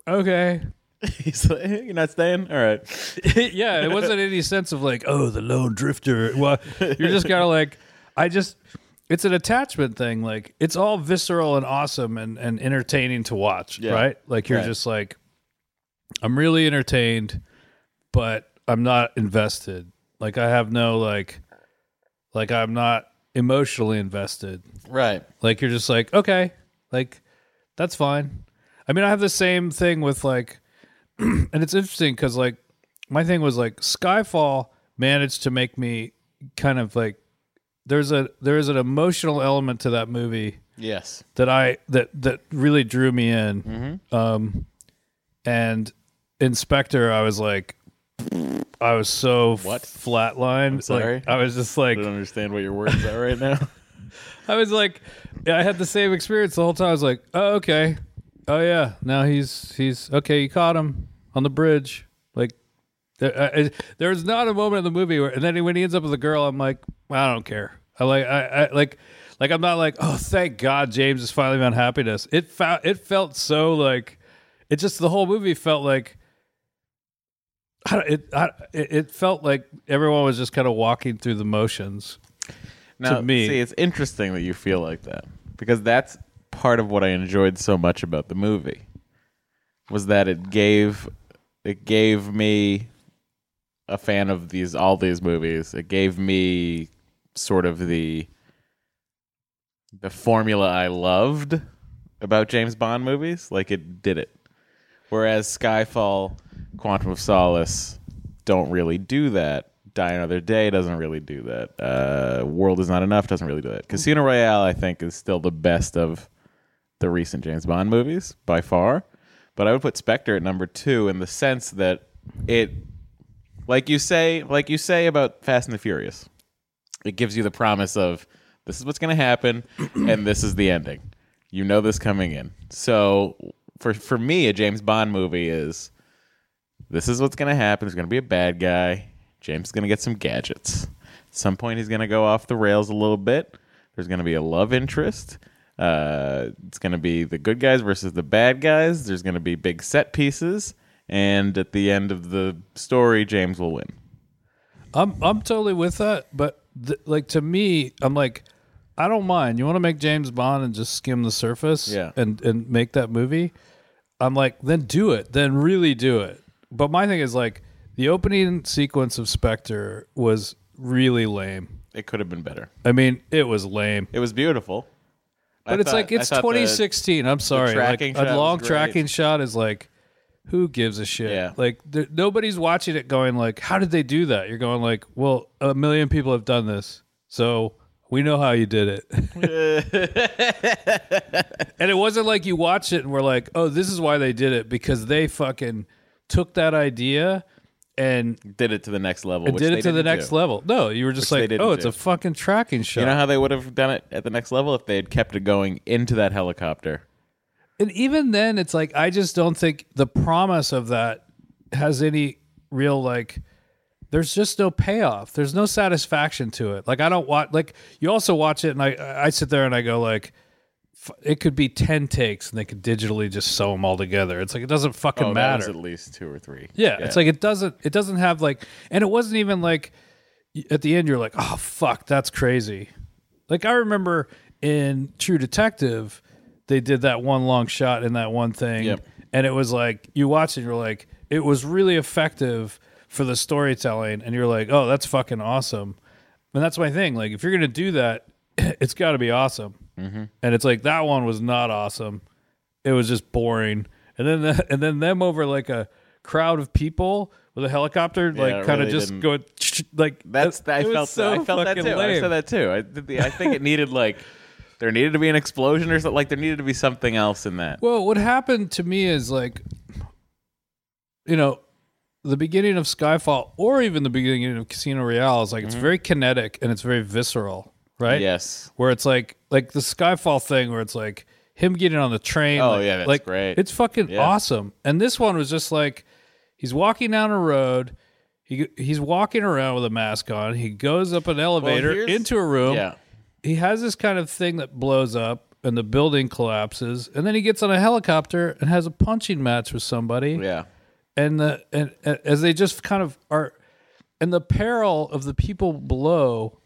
Speaker 2: okay,
Speaker 1: He's like, "Eh, you're not staying? All right.
Speaker 2: yeah, it wasn't any sense of like, oh, the lone drifter. Well, you're just kind of like, I just, it's an attachment thing. Like, it's all visceral and awesome and, and entertaining to watch,
Speaker 1: Yeah.
Speaker 2: right? Like, you're
Speaker 1: Right.
Speaker 2: just like, I'm really entertained, but I'm not invested. Like, I have no, like, like, I'm not emotionally invested.
Speaker 1: Right.
Speaker 2: Like you're just like, okay, like that's fine. I mean, I have the same thing with like, and it's interesting because like my thing was like Skyfall managed to make me kind of like there's a there is an emotional element to that movie
Speaker 1: Yes.
Speaker 2: that I that that really drew me in.
Speaker 1: Mm-hmm.
Speaker 2: Um, and Inspector, I was like, I was so
Speaker 1: What?
Speaker 2: flatlined.
Speaker 1: sorry.
Speaker 2: Like, I was just like,
Speaker 1: I don't understand what your words are right now.
Speaker 2: I was like, I had the same experience the whole time. I was like, oh, okay. Oh, yeah. Now he's, he's, okay, you caught him on the bridge. Like, there, I, I- there's not a moment in the movie where, and then when he ends up with a girl, I'm like, I don't care. I like, I, I like, like, I'm not like, oh, thank God James has finally found happiness. It found, it felt so like, it just, the whole movie felt like, I don't- it, I, it it felt like everyone was just kind of walking through the motions.
Speaker 1: now,
Speaker 2: me.
Speaker 1: see, it's interesting that you feel like that because that's part of what I enjoyed so much about the movie was that it gave it gave me a fan of these all these movies. It gave me sort of the the formula I loved about James Bond movies. Like it did it. Whereas Skyfall, Quantum of Solace don't really do that. Die Another Day doesn't really do that. Uh, World is Not Enough doesn't really do that. Casino Royale, I think, is still the best of the recent James Bond movies by far. But I would put Spectre at number two in the sense that it, like you say, like you say about Fast and the Furious, it gives you the promise of This is what's going to happen, and this is the ending. You know this coming in. So for for me, a James Bond movie is this is what's going to happen. There's going to be a bad guy. James is going to get some gadgets. At some point, he's going to go off the rails a little bit. There's going to be a love interest. Uh, it's going to be the good guys versus the bad guys. There's going to be big set pieces. And at the end of the story, James will win.
Speaker 2: I'm I'm totally with that, but th- like to me, I'm like, I don't mind. You want to make James Bond and just skim the surface,
Speaker 1: Yeah.
Speaker 2: and and make that movie. I'm like, then do it, then really do it. But my thing is like, the opening sequence of Spectre was really lame.
Speaker 1: It could have been better.
Speaker 2: I mean, it was lame.
Speaker 1: It was beautiful.
Speaker 2: But it's like it's 2016. I'm sorry. Like,
Speaker 1: tracking shot
Speaker 2: a
Speaker 1: was
Speaker 2: long
Speaker 1: great.
Speaker 2: tracking shot is like, who gives a shit?
Speaker 1: Yeah.
Speaker 2: Like there, nobody's watching it, going like, how did they do that? You're going like, well, a million people have done this, so we know how you did it. and it wasn't like you watch it and we're like, oh, this is why they did it because they fucking took that idea and
Speaker 1: did it to the next level. which
Speaker 2: did
Speaker 1: they
Speaker 2: it to the
Speaker 1: didn't
Speaker 2: next
Speaker 1: do.
Speaker 2: level. No, you were just
Speaker 1: Which they
Speaker 2: like,
Speaker 1: didn't
Speaker 2: oh, it's
Speaker 1: do.
Speaker 2: a fucking tracking shot.
Speaker 1: You know how they would have done it at the next level if they had kept it going into that helicopter.
Speaker 2: And even then, it's like I just don't think the promise of that has any real like. There's just no payoff. There's no satisfaction to it. Like I don't watch. Like you also watch it, and I I sit there and I go like, f- it could be ten takes, and they could digitally just sew them all together. It's like it doesn't fucking
Speaker 1: Oh, that
Speaker 2: matter.
Speaker 1: was at least two or three.
Speaker 2: Yeah, it's like it doesn't it doesn't have like and it wasn't even like y- at the end you're like, "Oh fuck, that's crazy." Like I remember in True Detective, they did that one long shot in that one thing
Speaker 1: Yep.
Speaker 2: and it was like you watch it you're like, "It was really effective for the storytelling." And you're like, "Oh, that's fucking awesome." And that's my thing. Like if you're going to do that, it's got to be awesome. And it's like that one was not awesome it was just boring. And then the, and then them over like a crowd of people with a helicopter,
Speaker 1: it
Speaker 2: like kind
Speaker 1: really
Speaker 2: of just
Speaker 1: didn't-
Speaker 2: going like
Speaker 1: That's
Speaker 2: it-
Speaker 1: I
Speaker 2: it was
Speaker 1: felt
Speaker 2: so
Speaker 1: that. I felt that
Speaker 2: fucking
Speaker 1: too. I
Speaker 2: lame.
Speaker 1: said that too. I, did the- I think it needed like there needed to be an explosion or something. Like there needed to be something else in that.
Speaker 2: Well, what happened to me is like, you know, the beginning of Skyfall or even the beginning of Casino Royale is like
Speaker 1: Mm-hmm.
Speaker 2: it's very kinetic and it's very visceral, right?
Speaker 1: Yes.
Speaker 2: Where it's like like the Skyfall thing where it's like him getting on the train.
Speaker 1: Oh,
Speaker 2: like-
Speaker 1: yeah, that's
Speaker 2: like,
Speaker 1: great.
Speaker 2: It's fucking
Speaker 1: Yeah.
Speaker 2: awesome. And this one was just like he's walking down a road. He he's walking around with a mask on. He goes up an elevator
Speaker 1: here's-
Speaker 2: into a room.
Speaker 1: Yeah.
Speaker 2: He has this kind of thing that blows up and the building collapses. And then he gets on a helicopter and has a punching match with somebody
Speaker 1: Yeah.
Speaker 2: and the and, and as they just kind of are and the peril of the people below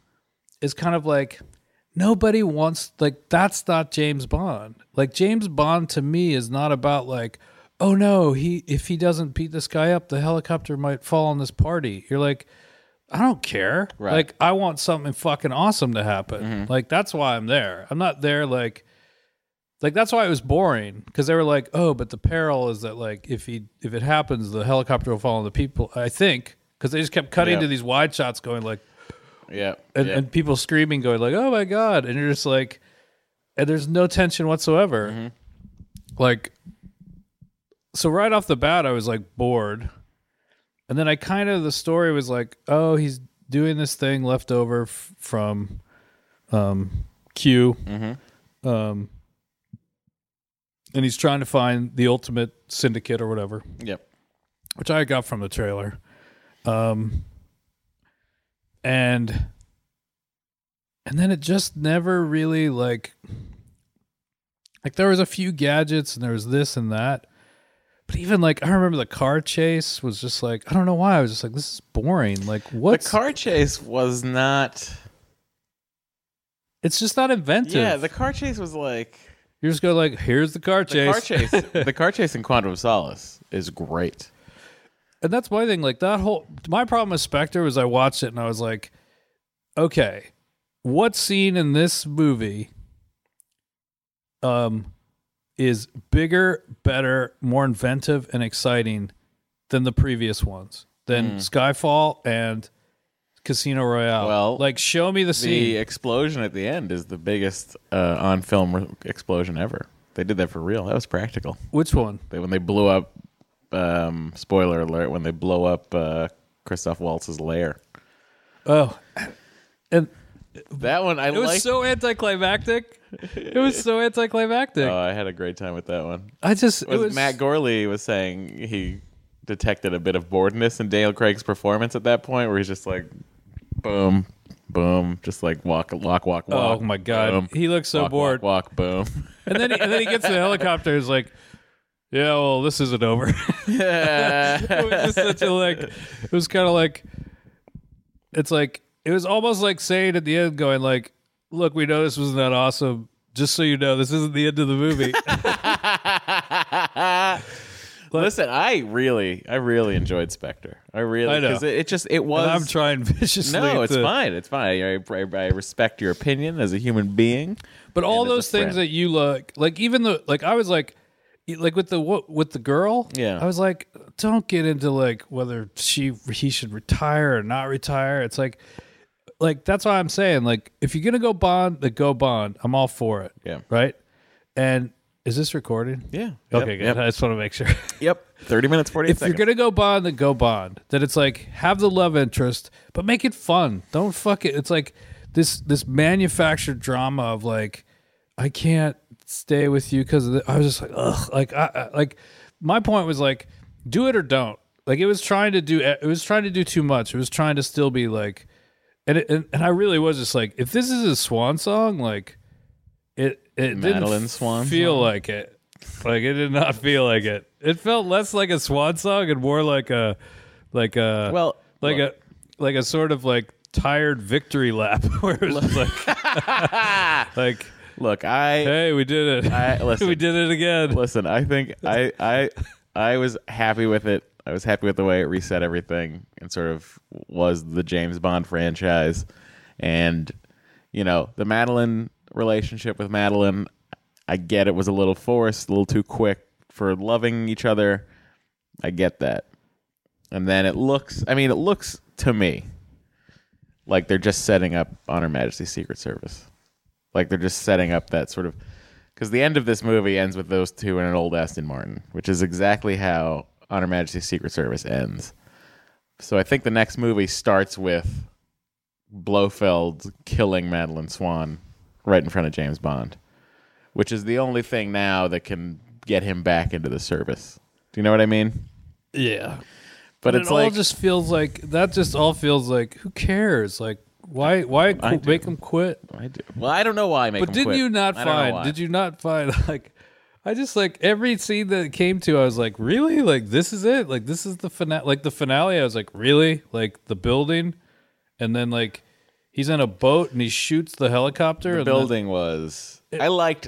Speaker 2: is kind of like nobody wants like that's not James Bond. Like James Bond to me is not about like oh no, he if he doesn't beat this guy up the helicopter might fall on this party. You're like I don't care.
Speaker 1: Right. Mm-hmm.
Speaker 2: Like I want something fucking awesome to happen. Like that's why I'm there. I'm not there like like that's why it was boring because they were like, oh, but the peril is that like if he if it happens, the helicopter will fall on the people. I think because they just kept cutting
Speaker 1: Yeah.
Speaker 2: to these wide shots, going like
Speaker 1: Yeah.
Speaker 2: and,
Speaker 1: yeah.
Speaker 2: and people screaming, going like, oh my god, and you're just like, and there's no tension whatsoever. Like, so right off the bat, I was like bored, and then I kind of the story was like, oh, he's doing this thing left over f- from, um, Q,
Speaker 1: Mm-hmm.
Speaker 2: um, and he's trying to find the ultimate syndicate or whatever
Speaker 1: Yep.
Speaker 2: which I got from the trailer. Um, and and then it just never really like like there was a few gadgets and there was this and that. But even like I remember the car chase was just like I don't know why I was just like this is boring. Like what's
Speaker 1: the car chase was not.
Speaker 2: it's just not inventive.
Speaker 1: Yeah, the car chase was like
Speaker 2: you just go like here's the car
Speaker 1: the
Speaker 2: chase.
Speaker 1: car chase. the car chase in Quantum of Solace is great.
Speaker 2: and that's my thing. Like that whole my problem with Spectre was I watched it and I was like, okay, what scene in this movie um is bigger, better, more inventive and exciting than the previous ones?
Speaker 1: Hmm.
Speaker 2: Than Skyfall and Casino Royale.
Speaker 1: Well,
Speaker 2: like show me the scene.
Speaker 1: The explosion at the end is the biggest uh, on film re- explosion ever. They did that for real. That was practical.
Speaker 2: Which one?
Speaker 1: They, when they blew up, um, spoiler alert, when they blow up uh, Christoph Waltz's lair.
Speaker 2: Oh, and
Speaker 1: That one I
Speaker 2: It was
Speaker 1: like.
Speaker 2: so anticlimactic. It was so anticlimactic.
Speaker 1: oh, I had a great time with that one.
Speaker 2: I just it
Speaker 1: Was,
Speaker 2: was
Speaker 1: Matt Gorley was saying he detected a bit of boredness in Daniel Craig's performance at that point, where he's just like, boom, boom, just like walk, walk, walk, walk.
Speaker 2: Oh my god,
Speaker 1: boom,
Speaker 2: he looks so
Speaker 1: walk,
Speaker 2: bored.
Speaker 1: Walk, walk, boom.
Speaker 2: And then he, and then he gets to the helicopter. He's like, "Yeah, well, this isn't over." it
Speaker 1: Uh,
Speaker 2: was just such a like. It was kind of like, it's like it was almost like saying at the end, going like, "Look, we know this was not awesome. Just so you know, this isn't the end of the movie."
Speaker 1: Listen, I really, I really enjoyed Spectre. I really,
Speaker 2: I know.
Speaker 1: because it, it just, it was.
Speaker 2: And I'm trying viciously.
Speaker 1: no, it's
Speaker 2: to-
Speaker 1: fine. It's fine. I, I, I respect your opinion as a human being.
Speaker 2: But all
Speaker 1: as a
Speaker 2: those things
Speaker 1: friend.
Speaker 2: that you look like, even the like, I was like, like with the what with the girl,
Speaker 1: Yeah.
Speaker 2: I was like, don't get into like whether she he should retire or not retire. It's like, like that's why I'm saying like, if you're gonna go bond, like go bond. I'm all for it.
Speaker 1: Yeah.
Speaker 2: Right. And is this recording?
Speaker 1: Yeah.
Speaker 2: Okay, good.
Speaker 1: Yep.
Speaker 2: I just want to make sure.
Speaker 1: Yep. Thirty minutes, forty
Speaker 2: if
Speaker 1: seconds.
Speaker 2: you're gonna go bond, then go bond. That it's like have the love interest, but make it fun. Don't fuck it. It's like this this manufactured drama of like I can't stay with you because I was just like ugh. Like I, I like my point was like do it or don't. Like it was trying to do it was trying to do too much. It was trying to still be like, and it, and, and I really was just like if this is a swan song, like it it
Speaker 1: Madeline
Speaker 2: didn't
Speaker 1: Swan
Speaker 2: feel like it. Like it did not feel like it. It felt less like a swan song and more like a like a
Speaker 1: Well,
Speaker 2: like a like a sort of like tired victory lap where it was like like
Speaker 1: look, I
Speaker 2: hey we did it
Speaker 1: I- listen.
Speaker 2: we did it again
Speaker 1: listen. I think I I I was happy with it. I was happy with the way it reset everything and sort of was the James Bond franchise. And you know, the Madeline relationship with Madeline, I get it was a little forced, a little too quick for loving each other. I get that. And then it looks, I mean, it looks to me like they're just setting up on Her Majesty's Secret Service. Like they're just setting up that sort of. Because the end of this movie ends with those two in an old Aston Martin, which is exactly how On Her Majesty's Secret Service ends. So I think the next movie starts with Blofeld killing Madeline Swan right in front of James Bond, which is the only thing now that can get him back into the service. Do you know what I mean?
Speaker 2: yeah
Speaker 1: But,
Speaker 2: but
Speaker 1: it's
Speaker 2: it all
Speaker 1: like
Speaker 2: just feels like that just all feels like who cares like why why qu-
Speaker 1: do.
Speaker 2: make them quit
Speaker 1: I do. Well, I don't know why I make.
Speaker 2: but did you not find did you not find like I just like every scene that it came to, I was like, really? Like this is it? Like this is the finale? Like the finale? I was like, really? Like the building, and then like he's in a boat and he shoots the helicopter.
Speaker 1: The
Speaker 2: and then-
Speaker 1: building was. I liked.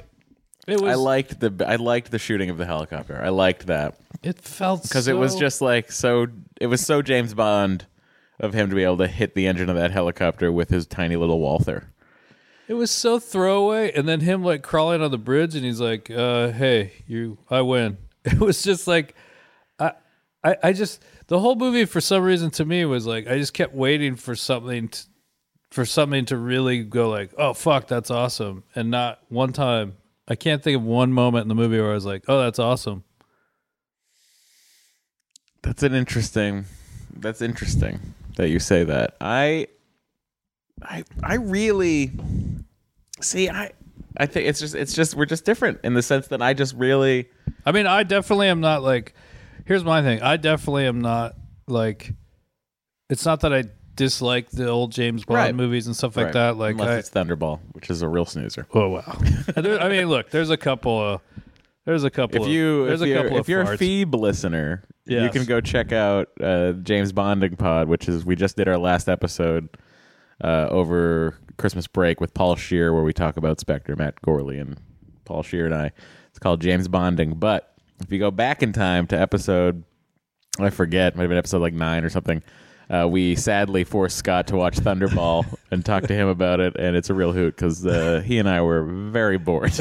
Speaker 2: It was.
Speaker 1: I liked the. I liked the shooting of the helicopter. I liked that
Speaker 2: it felt
Speaker 1: because it was just like so. It was so James Bond of him to be able to hit the engine of that helicopter with his tiny little Walther.
Speaker 2: It was so throwaway, and then him like crawling on the bridge, and he's like, uh, "Hey, you, I win." It was just like, I, I, I just the whole movie for some reason to me was like I just kept waiting for something, t for something to really go like, "Oh fuck, that's awesome," and not one time. I can't think of one moment in the movie where I was like, "Oh, that's awesome."
Speaker 1: That's an interesting. That's interesting that you say that. I, I, I really see. I, I think it's just. It's just. We're just different in the sense that I just really.
Speaker 2: I mean, I definitely am not like. Here's my thing. I definitely am not like. It's not that I dislike the old James Bond
Speaker 1: Right.
Speaker 2: movies and stuff like
Speaker 1: Right.
Speaker 2: that. Like,
Speaker 1: unless
Speaker 2: I,
Speaker 1: it's Thunderball, which is a real snoozer.
Speaker 2: oh wow. There- I mean, look. There's a couple of. There's a couple.
Speaker 1: If you
Speaker 2: of, there's
Speaker 1: if,
Speaker 2: a
Speaker 1: you're,
Speaker 2: couple
Speaker 1: if
Speaker 2: of
Speaker 1: you're a
Speaker 2: farts.
Speaker 1: Phoebe listener, you
Speaker 2: Yes.
Speaker 1: can go check out uh, James Bonding Pod, which is we just did our last episode uh, over Christmas break with Paul Shear, where we talk about Spectre, Matt Gorley, and Paul Shear and I. It's called James Bonding. But if you go back in time to episode, I forget, might have been episode like nine or something. Uh, we sadly forced Scott to watch Thunderball and talk to him about it, and it's a real hoot because uh, he and I were very bored.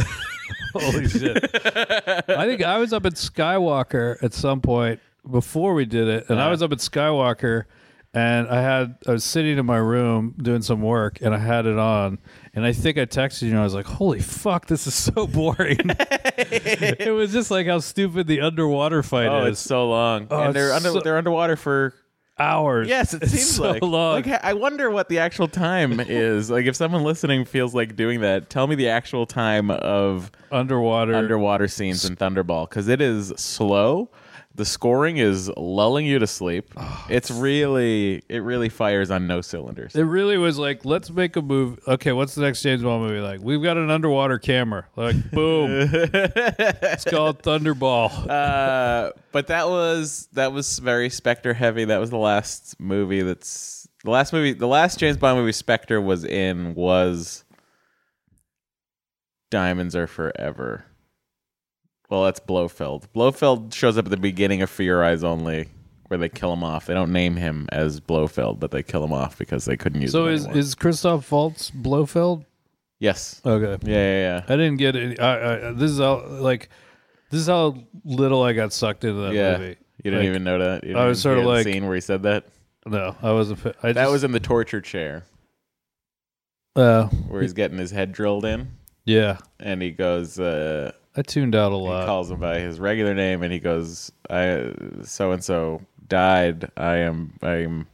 Speaker 2: Holy shit. I think I was up at Skywalker at some point before we did it, and I was up at Skywalker, and I had I was sitting in my room doing some work, and I had it on, and I think I texted you, and I was like, "Holy fuck, this is so boring." it was just like how stupid the underwater fight
Speaker 1: Oh,
Speaker 2: is.
Speaker 1: it's so long.
Speaker 2: Oh,
Speaker 1: and they're
Speaker 2: it's
Speaker 1: under
Speaker 2: so-
Speaker 1: they're underwater for
Speaker 2: hours.
Speaker 1: Yes, it
Speaker 2: It's
Speaker 1: seems
Speaker 2: so
Speaker 1: like.
Speaker 2: long.
Speaker 1: Like, I wonder what the actual time is. Like, if someone listening feels like doing that, tell me the actual time of
Speaker 2: underwater.
Speaker 1: underwater scenes in Thunderball because it is slow. The scoring is lulling you to sleep. Oh, it's really, it really fires on no cylinders.
Speaker 2: it really was like, let's make a movie. Okay, what's the next James Bond movie like? We've got an underwater camera. Like, boom. it's called Thunderball.
Speaker 1: Uh, but that was that was very Spectre heavy. That was the last movie. That's the last movie. The last James Bond movie Spectre was in was Diamonds Are Forever. Well, that's Blofeld. Blofeld shows up at the beginning of For Your Eyes Only, where they kill him off. They don't name him as Blofeld, but they kill him off because they couldn't use.
Speaker 2: so
Speaker 1: him
Speaker 2: is
Speaker 1: anymore.
Speaker 2: is Christoph Waltz Blofeld?
Speaker 1: yes,
Speaker 2: Okay.
Speaker 1: yeah, yeah,
Speaker 2: I didn't get it. I, I, this is how like this is how little I got sucked into
Speaker 1: yeah.
Speaker 2: that
Speaker 1: yeah.
Speaker 2: movie.
Speaker 1: You didn't
Speaker 2: Like,
Speaker 1: even know that. You didn't
Speaker 2: I was
Speaker 1: even
Speaker 2: sorta
Speaker 1: hear the
Speaker 2: like-
Speaker 1: scene where he said that.
Speaker 2: No, I wasn't. I
Speaker 1: That
Speaker 2: just-
Speaker 1: was in the torture chair.
Speaker 2: uh,
Speaker 1: where he's getting his head drilled in,
Speaker 2: yeah.
Speaker 1: and he goes, uh,
Speaker 2: I tuned out a
Speaker 1: he
Speaker 2: lot.
Speaker 1: calls him by his regular name, and he goes, "I so and so died. I am, I am."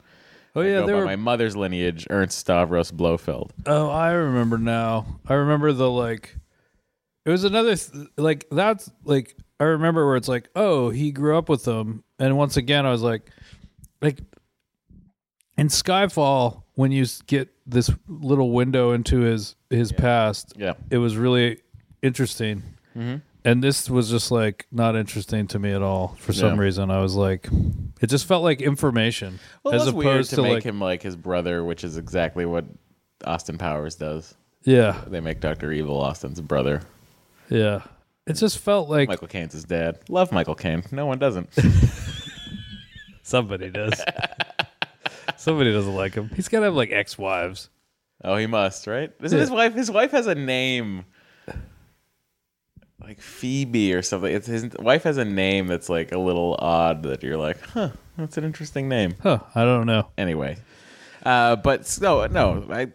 Speaker 2: Oh
Speaker 1: I
Speaker 2: yeah,
Speaker 1: go
Speaker 2: there
Speaker 1: by
Speaker 2: were
Speaker 1: my mother's lineage, Ernst Stavros Blofeld.
Speaker 2: Oh, I remember now. I remember the like. It was another th- like that's like I remember where it's like oh he grew up with them and once again I was like like in Skyfall when you s- get this little window into his his past
Speaker 1: Yeah,
Speaker 2: it was really interesting
Speaker 1: Mm-hmm.
Speaker 2: and this was just like not interesting to me at all for some
Speaker 1: Yeah.
Speaker 2: reason I was like it just felt like information
Speaker 1: well,
Speaker 2: as
Speaker 1: it was
Speaker 2: opposed
Speaker 1: weird to,
Speaker 2: to,
Speaker 1: make
Speaker 2: like
Speaker 1: him like his brother, which is exactly what Austin Powers does.
Speaker 2: yeah
Speaker 1: They make Doctor Evil Austin's brother.
Speaker 2: yeah it just felt like
Speaker 1: Michael Caine's his dad. Love Michael Caine. No one doesn't.
Speaker 2: Somebody does. Somebody doesn't like him. He's got to have like ex-wives.
Speaker 1: Oh, he must, right? Isn't his wife? His wife has a name, like Phoebe or something. It's his wife has a name that's like a little odd. That you're like, huh, that's an interesting name.
Speaker 2: Huh? I don't know.
Speaker 1: Anyway, uh, but so no, I,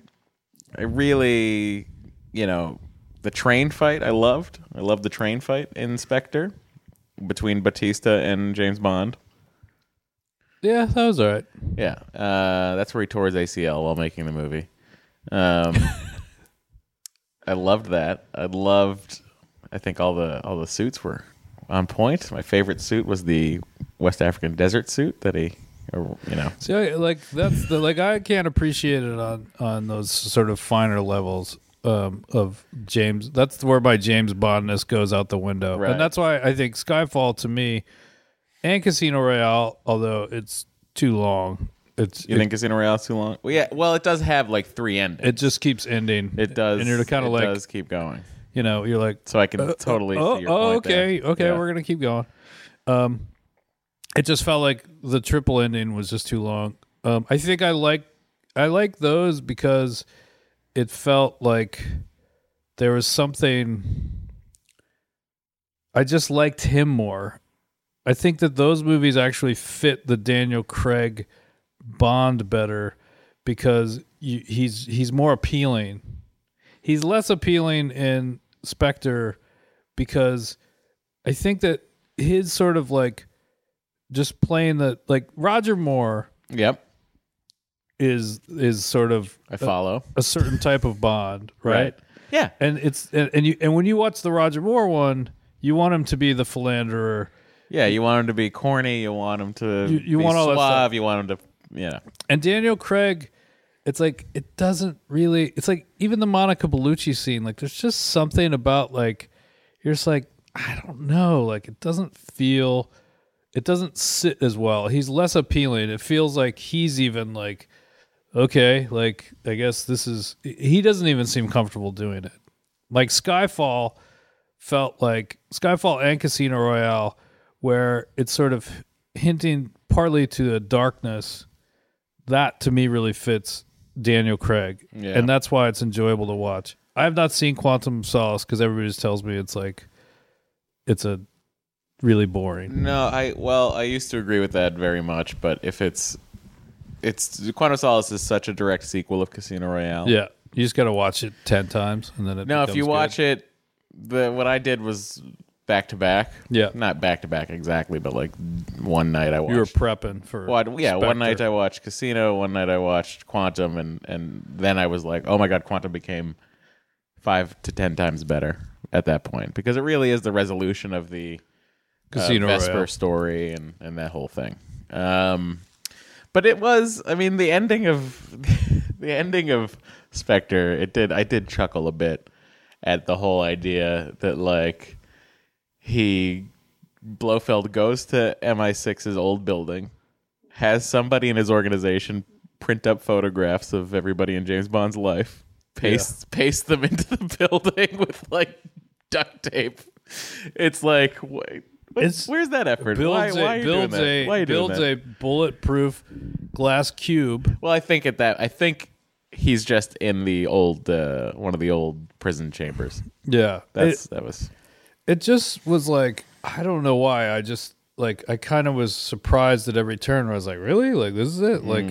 Speaker 1: I really, you know, the train fight. I loved. I loved the train fight in Spectre between Batista and James Bond.
Speaker 2: Yeah, that was all right.
Speaker 1: Yeah, uh, that's where he tore his ACL while making the movie. Um, I loved that. I loved. I think all the all the suits were on point. My favorite suit was the West African desert suit that he, or, you know.
Speaker 2: See, I, like that's the like I can't appreciate it on on those sort of finer levels um, of James. That's where my James Bondness goes out the window,
Speaker 1: Right.
Speaker 2: and that's why I think Skyfall to me and Casino Royale, although it's too long, it's
Speaker 1: You
Speaker 2: it,
Speaker 1: think Casino Royale's too long? Well, yeah. Well, it does have like three endings.
Speaker 2: it just keeps ending.
Speaker 1: It, does.
Speaker 2: and you're kind
Speaker 1: it
Speaker 2: of like
Speaker 1: does keep going.
Speaker 2: you know you're like
Speaker 1: So I can totally
Speaker 2: oh,
Speaker 1: see your
Speaker 2: oh,
Speaker 1: point. there.
Speaker 2: okay okay
Speaker 1: Yeah.
Speaker 2: we're gonna keep going um it just felt like the triple ending was just too long um i think i like i like those because it felt like there was something i just liked him more i think that those movies actually fit the daniel craig bond better because you, he's he's more appealing he's less appealing in spectre because I think that his sort of like just playing the like Roger Moore
Speaker 1: Yep.
Speaker 2: is is sort of
Speaker 1: I follow.
Speaker 2: a certain type of Bond, right?
Speaker 1: Yeah.
Speaker 2: And it's and, and you and when you watch the Roger Moore one, you want him to be the philanderer,
Speaker 1: Yeah. You want him to be corny. You want him to.
Speaker 2: You- you
Speaker 1: be
Speaker 2: want all that
Speaker 1: suave.
Speaker 2: stuff.
Speaker 1: You want him to. You know.
Speaker 2: and Daniel Craig. It's like it doesn't really. It's like even the Monica Bellucci scene. Like there's just something about like you're just like I don't know. Like it doesn't feel. It doesn't sit as well. He's less appealing. It feels like he's even like okay, like I guess this is he doesn't even seem comfortable doing it. Like Skyfall felt like Skyfall and Casino Royale where it's sort of hinting partly to the darkness that to me really fits Daniel Craig.
Speaker 1: Yeah.
Speaker 2: And that's why it's enjoyable to watch. I have not seen Quantum of Solace cuz everybody just tells me it's like it's a really boring.
Speaker 1: No, I well, I used to agree with that very much, but if it's it's Quantum of Solace is such a direct sequel of Casino Royale.
Speaker 2: Yeah. You just got to watch it 10 times and then it
Speaker 1: No, if
Speaker 2: becomes
Speaker 1: you
Speaker 2: good.
Speaker 1: watch it, the what I did was back to back.
Speaker 2: Yeah.
Speaker 1: Not back to back exactly, but like one night I watched.
Speaker 2: You were prepping for.
Speaker 1: Well, I'd- yeah, one
Speaker 2: Spectre.
Speaker 1: night I watched Casino, one night I watched Quantum, and and then I was like, oh my god, Quantum became five to ten times better at that point because it really is the resolution of the uh,
Speaker 2: Casino
Speaker 1: Vesper
Speaker 2: Royale.
Speaker 1: story and and that whole thing. Um, but it was, I mean, the ending of the ending of Spectre. It did, I did chuckle a bit at the whole idea that like he Blofeld goes to MI6's old building, has somebody in his organization print up photographs of everybody in James Bond's life, paste paste them into the building with like duct tape. It's like, wait, what-
Speaker 2: It's-
Speaker 1: where's that effort? Why,
Speaker 2: Builds
Speaker 1: why are
Speaker 2: a
Speaker 1: you doing
Speaker 2: builds
Speaker 1: that?
Speaker 2: a
Speaker 1: Why are you doing
Speaker 2: builds
Speaker 1: that?
Speaker 2: a bulletproof glass cube.
Speaker 1: Well, I think at that, I think he's just in the old uh, one of the old prison chambers.
Speaker 2: Yeah,
Speaker 1: That's that was
Speaker 2: it just was like I don't know why I just like I kind of was surprised at every turn. Where I was like, really? Like this is it?
Speaker 1: Hmm.
Speaker 2: Like,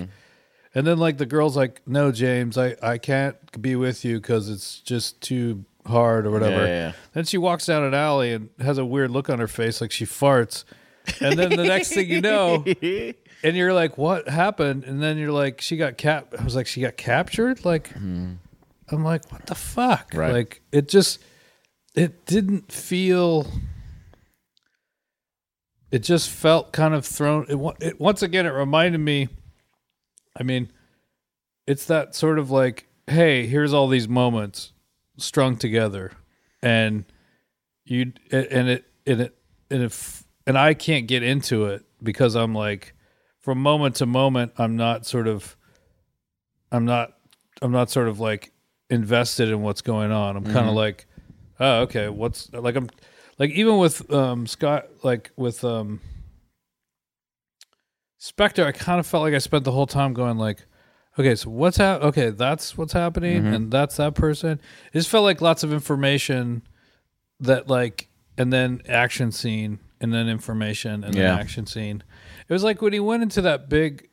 Speaker 2: and then like the girl's like, no, James, I I can't be with you because it's just too hard or whatever.
Speaker 1: Yeah, yeah, yeah.
Speaker 2: Then she walks down an alley and has a weird look on her face, like she farts. And then the next thing you know, and you're like, what happened? And then you're like, she got cap. I was like, she got captured. Like, I'm like, what the fuck?
Speaker 1: Right.
Speaker 2: Like, it just, it didn't feel. It just felt kind of thrown. It, wa- it once again, it reminded me. I mean, it's that sort of like, hey, here's all these moments strung together, and you and it and it and if and I can't get into it because I'm like from moment to moment I'm not sort of I'm not I'm not sort of like invested in what's going on. I'm kind of like oh okay, what's like I'm like even with um Scott like with um Spectre I kind of felt like I spent the whole time going like okay, so what's hap- okay, that's what's happening and that's that person. It just felt like lots of information that like and then action scene and then information and
Speaker 1: Yeah.
Speaker 2: then action scene it was like when he went into that big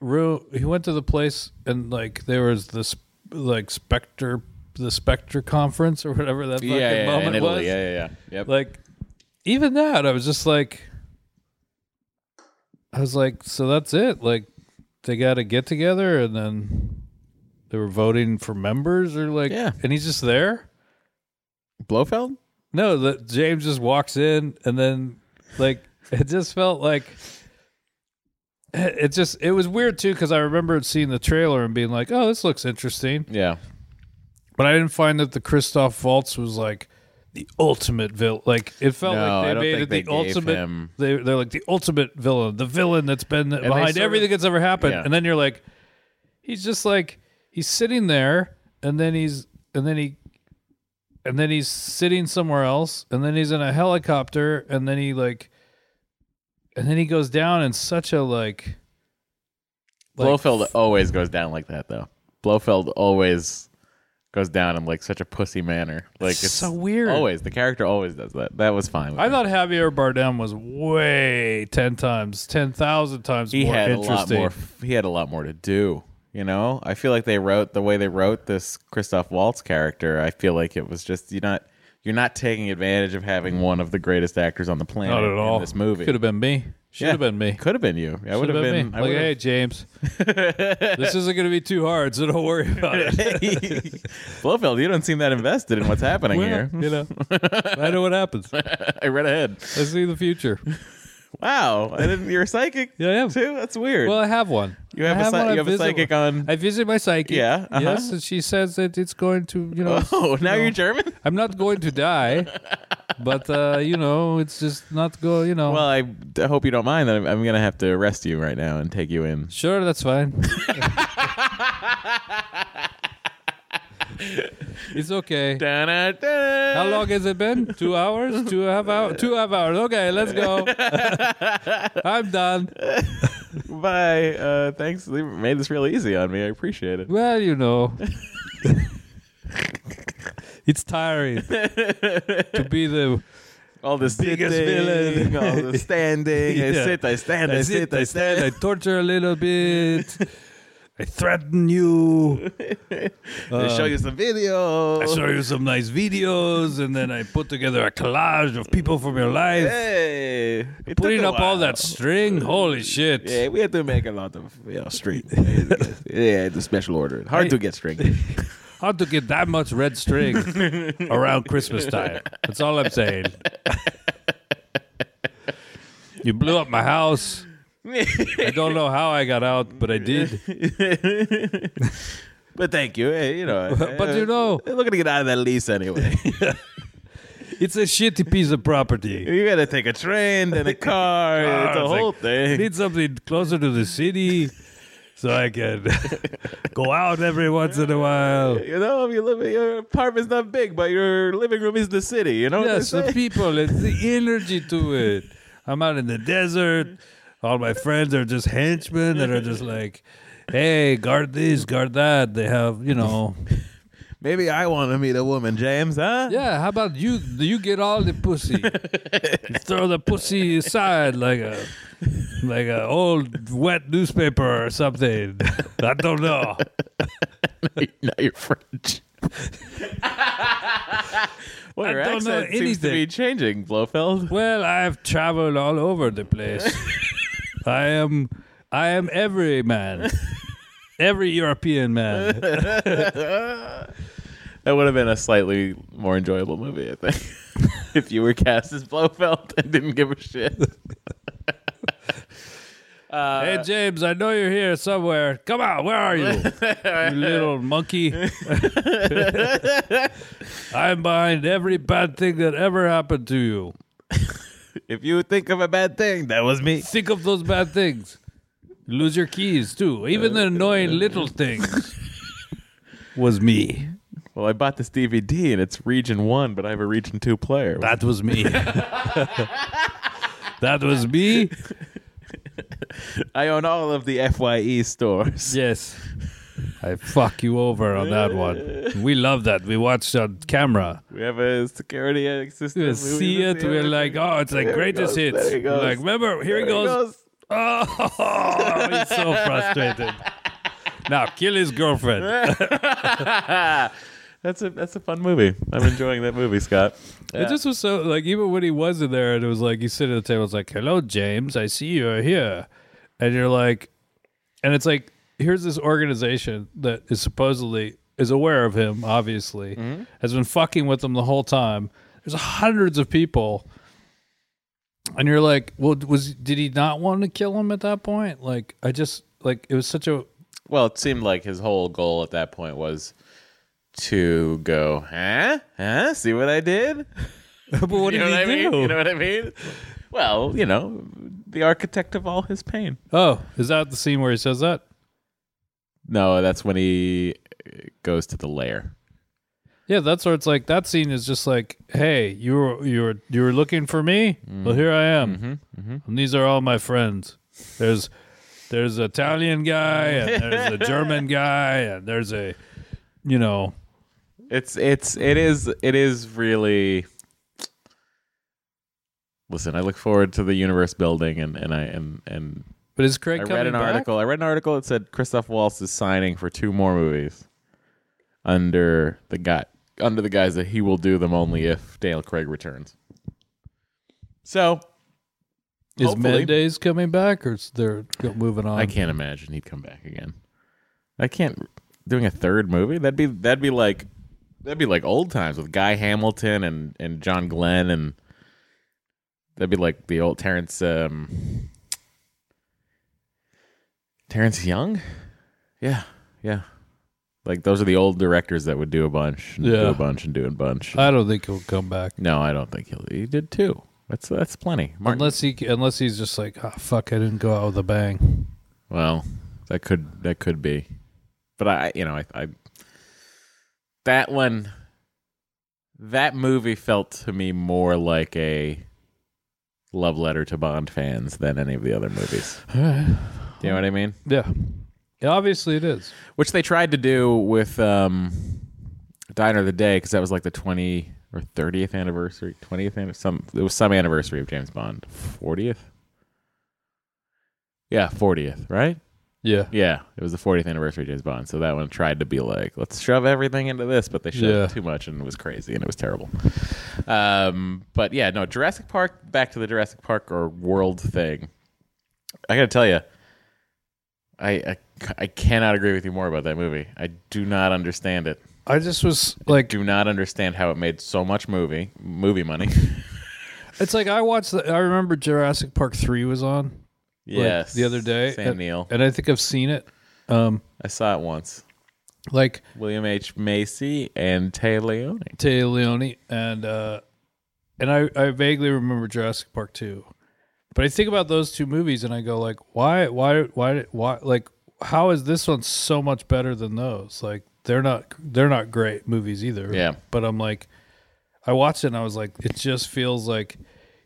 Speaker 2: room he went to the place and like there was this like specter the specter conference or whatever that fucking
Speaker 1: yeah, yeah, yeah,
Speaker 2: moment
Speaker 1: in Italy.
Speaker 2: was
Speaker 1: Yeah, yeah, yeah. Yep.
Speaker 2: like even that i was just like i was like so that's it like they got to get together and then they were voting for members or like
Speaker 1: Yeah.
Speaker 2: and he's just there
Speaker 1: Blofeld.
Speaker 2: no, that James just walks in and then like it just felt like it just it was weird too because I remember seeing the trailer and being like, oh, this looks interesting,
Speaker 1: Yeah.
Speaker 2: but I didn't find that the Christoph Waltz was like the ultimate villain. Like it felt
Speaker 1: No, I
Speaker 2: like they
Speaker 1: don't
Speaker 2: made
Speaker 1: think
Speaker 2: it
Speaker 1: they
Speaker 2: the
Speaker 1: gave
Speaker 2: ultimate.
Speaker 1: him-
Speaker 2: They they're like the ultimate villain, the villain that's been
Speaker 1: they
Speaker 2: behind
Speaker 1: sort
Speaker 2: everything
Speaker 1: of-
Speaker 2: that's ever happened,
Speaker 1: Yeah.
Speaker 2: and then you're like, he's just like he's sitting there, and then he's and then he and then he's sitting somewhere else and then he's in a helicopter and then he like and then he goes down in such a like, like
Speaker 1: Blofeld always goes down like that, though. Blofeld always goes down in like such a pussy manner. Like it's,
Speaker 2: so weird.
Speaker 1: Always the character always does that. That was fine. with
Speaker 2: I
Speaker 1: me.
Speaker 2: thought Javier Bardem was way ten times, ten thousand times
Speaker 1: he
Speaker 2: more
Speaker 1: had a lot
Speaker 2: interesting.
Speaker 1: more. He had a lot more to do. You know, I feel like they wrote the way they wrote this Christoph Waltz character. I feel like it was just you're not you're not taking advantage of having one of the greatest actors on the planet
Speaker 2: Not at all.
Speaker 1: in this movie.
Speaker 2: could have been me. Should
Speaker 1: Yeah.
Speaker 2: have been me.
Speaker 1: Could have been you. I would
Speaker 2: Should
Speaker 1: have been.
Speaker 2: me.
Speaker 1: I
Speaker 2: Like,
Speaker 1: would've-
Speaker 2: hey, James, this isn't going to be too hard, so don't worry about it.
Speaker 1: Blofeld, you don't seem that invested in what's happening
Speaker 2: Well,
Speaker 1: here.
Speaker 2: you know, I know what happens. I
Speaker 1: I read ahead.
Speaker 2: see the future.
Speaker 1: Wow, I didn't. You're a psychic.
Speaker 2: Yeah, I am.
Speaker 1: Too. That's weird.
Speaker 2: Well, I have one.
Speaker 1: You have
Speaker 2: I
Speaker 1: a psy-
Speaker 2: one. I
Speaker 1: you have a
Speaker 2: visit
Speaker 1: psychic
Speaker 2: one.
Speaker 1: on-
Speaker 2: I visit my psychic.
Speaker 1: Yeah, uh-huh.
Speaker 2: Yes, and she says that it's going to, you know.
Speaker 1: oh,
Speaker 2: you
Speaker 1: now
Speaker 2: know,
Speaker 1: you're German.
Speaker 2: I'm not going to die, but uh, you know, it's just not go. You know.
Speaker 1: Well, I, d- hope you don't mind that I'm, I'm gonna have to arrest you right now and take you in.
Speaker 2: sure, that's fine. it's okay. How
Speaker 1: How
Speaker 2: long has it been? Two hours? Two half hours? Two half hours. Okay, let's go. I'm done.
Speaker 1: Bye. Uh, thanks. They made this real easy on me. I appreciate it.
Speaker 2: Well, you know, it's tiring to be the
Speaker 1: All the sitting,
Speaker 2: Biggest villain.
Speaker 1: all the standing. I
Speaker 2: Yeah.
Speaker 1: sit, I stand, I, sit, I stand.
Speaker 2: I torture a little bit. I threaten you.
Speaker 1: They
Speaker 2: Um,
Speaker 1: show you some video.
Speaker 2: I show you some nice videos, and then I put together a collage of people from your life.
Speaker 1: Hey, it
Speaker 2: Putting
Speaker 1: took a
Speaker 2: up all
Speaker 1: while.
Speaker 2: that string, holy shit!
Speaker 1: Yeah, we had to make a lot of you know, street. yeah, the special order. Hard to get string.
Speaker 2: How to get that much red string around Christmas time? That's all I'm saying. You blew up my house. I don't know how I got out, but I did.
Speaker 1: but thank you. Hey, you know.
Speaker 2: But you know,
Speaker 1: They're looking to get out of that lease anyway.
Speaker 2: it's a shitty piece of property.
Speaker 1: you gotta take a train, then a car, it's a
Speaker 2: it's
Speaker 1: whole
Speaker 2: like- I
Speaker 1: thing.
Speaker 2: need something closer to the city so I can go out every once in a while.
Speaker 1: you know, if you live, your apartment's not big, but your living room is the city. You know, what they
Speaker 2: Yes, the
Speaker 1: say?
Speaker 2: people, it's the energy to it. I'm out in the desert. All my friends are just henchmen that are just like, hey, guard this, guard that. They have, you know.
Speaker 1: maybe I want to meet a woman, James. Huh?
Speaker 2: Yeah, how about you? Do you get all the pussy? You throw the pussy aside like a. Like an old wet newspaper or something. I don't know.
Speaker 1: now you're French. well,
Speaker 2: I
Speaker 1: your
Speaker 2: don't know
Speaker 1: accent seems to be
Speaker 2: anything.
Speaker 1: changing, Blofeld.
Speaker 2: Well, I've traveled all over the place. I am, I am every man, every European man.
Speaker 1: That would have been a slightly more enjoyable movie, I think, if you were cast as Blofeld and didn't give a shit.
Speaker 2: Hey James, I know you're here somewhere. Come on, where are you? you little monkey. I'm behind every bad thing that ever happened to you.
Speaker 1: If you think of a bad thing, that was me.
Speaker 2: Think of those bad things. Lose your keys too. Even the annoying little things was me.
Speaker 1: Well, I bought this DVD and it's region one, but I have a region two player.
Speaker 2: That was me. that was me.
Speaker 1: I own all of the FYE stores.
Speaker 2: Yes. I fuck you over on that one. We love that. We watched on camera.
Speaker 1: We have a security uh, system.
Speaker 2: We
Speaker 1: We
Speaker 2: see
Speaker 1: can
Speaker 2: it. We're like, oh, it's like
Speaker 1: There it goes,
Speaker 2: greatest hits.
Speaker 1: there it goes.
Speaker 2: Like, remember, here he
Speaker 1: There
Speaker 2: goes.
Speaker 1: it goes.
Speaker 2: Oh, he's so frustrated. Now kill his girlfriend.
Speaker 1: Ah, That's a that's a fun movie. I'm enjoying that movie, Scott. Uh,
Speaker 2: It just was so like even when he wasn't there, and it was like he's sitting at the table. It's like, hello, James. I see you're here, and you're like, and it's like here's this organization that is supposedly is aware of him. Obviously, has been fucking with him the whole time. There's hundreds of people. and you're like, well, was did he not want to kill him at that point? Like, I just like it was such a
Speaker 1: Well, it seemed like his whole goal at that point was to go, huh? Huh? See what I did?
Speaker 2: but what
Speaker 1: You
Speaker 2: did
Speaker 1: know what
Speaker 2: he
Speaker 1: I
Speaker 2: do?
Speaker 1: mean? You know what I mean? Well, you know, the architect of all his pain.
Speaker 2: Oh, is that the scene where he says that?
Speaker 1: No, that's when he uh, goes to the lair.
Speaker 2: Yeah, that's where it's like that scene is just like, hey, you were you were you were looking for me. Well, here I am,
Speaker 1: Mm-hmm,
Speaker 2: and these are all my friends. There's there's Italian guy, and there's a German guy, and there's a you know
Speaker 1: It's it's it is it is really. Listen, I look forward to the universe building, and and I and and
Speaker 2: But is Craig
Speaker 1: I
Speaker 2: coming
Speaker 1: read an
Speaker 2: back?
Speaker 1: article. I read an article that said Christoph Waltz is signing for two more movies under the guy under the guise that he will do them only if Dale Craig returns. So
Speaker 2: Is
Speaker 1: hopefully-
Speaker 2: Mendes coming back, or is they're go- moving on?
Speaker 1: I can't imagine he'd come back again. I can't doing a third movie. That'd be that'd be like that'd be like old times with Guy Hamilton and and John Glenn and that'd be like the old Terrence um Terrence Young? Yeah. Yeah. Like those are the old directors that would do a bunch, and do
Speaker 2: Yeah.
Speaker 1: a bunch, and do a bunch.
Speaker 2: I don't think he'll come back
Speaker 1: no, I don't think he'll. He did two. That's that's plenty. Martin.
Speaker 2: unless he unless he's just like, oh, fuck, I didn't go out with a bang.
Speaker 1: Well, that could that could be, but I you know I, I that one that movie felt to me more like a love letter to Bond fans than any of the other movies. Do you know what I mean?
Speaker 2: Yeah. Yeah, obviously it is.
Speaker 1: Which they tried to do with um, Diner of the Day because that was like the twenty or thirtieth anniversary, twentieth anniversary. Some it was some anniversary of James Bond, fortieth. Yeah, fortieth, right?
Speaker 2: Yeah.
Speaker 1: Yeah, it was the 40th anniversary of James Bond, so that one tried to be like, let's shove everything into this, but they shoved
Speaker 2: Yeah.
Speaker 1: too much and it was crazy and it was terrible. Um, but yeah, no, Jurassic Park. Back to the Jurassic Park or world thing. I gotta tell you, I, I I cannot agree with you more about that movie. I do not understand it.
Speaker 2: I just was like,
Speaker 1: Do not understand how it made so much movie movie money.
Speaker 2: it's like I watched. The, I remember Jurassic Park three was on like,
Speaker 1: yes,
Speaker 2: the other day,
Speaker 1: Sam
Speaker 2: and,
Speaker 1: Neill.
Speaker 2: and I think I've seen it. Um,
Speaker 1: I saw it once.
Speaker 2: like
Speaker 1: William H Macy and Tay Leone.
Speaker 2: Tay Leone and uh, and I, I vaguely remember Jurassic Park two, but I think about those two movies and I go like, why why why why like how is this one so much better than those? Like they're not they're not great movies either.
Speaker 1: Yeah.
Speaker 2: but I'm like, I watched it and I was like, it just feels like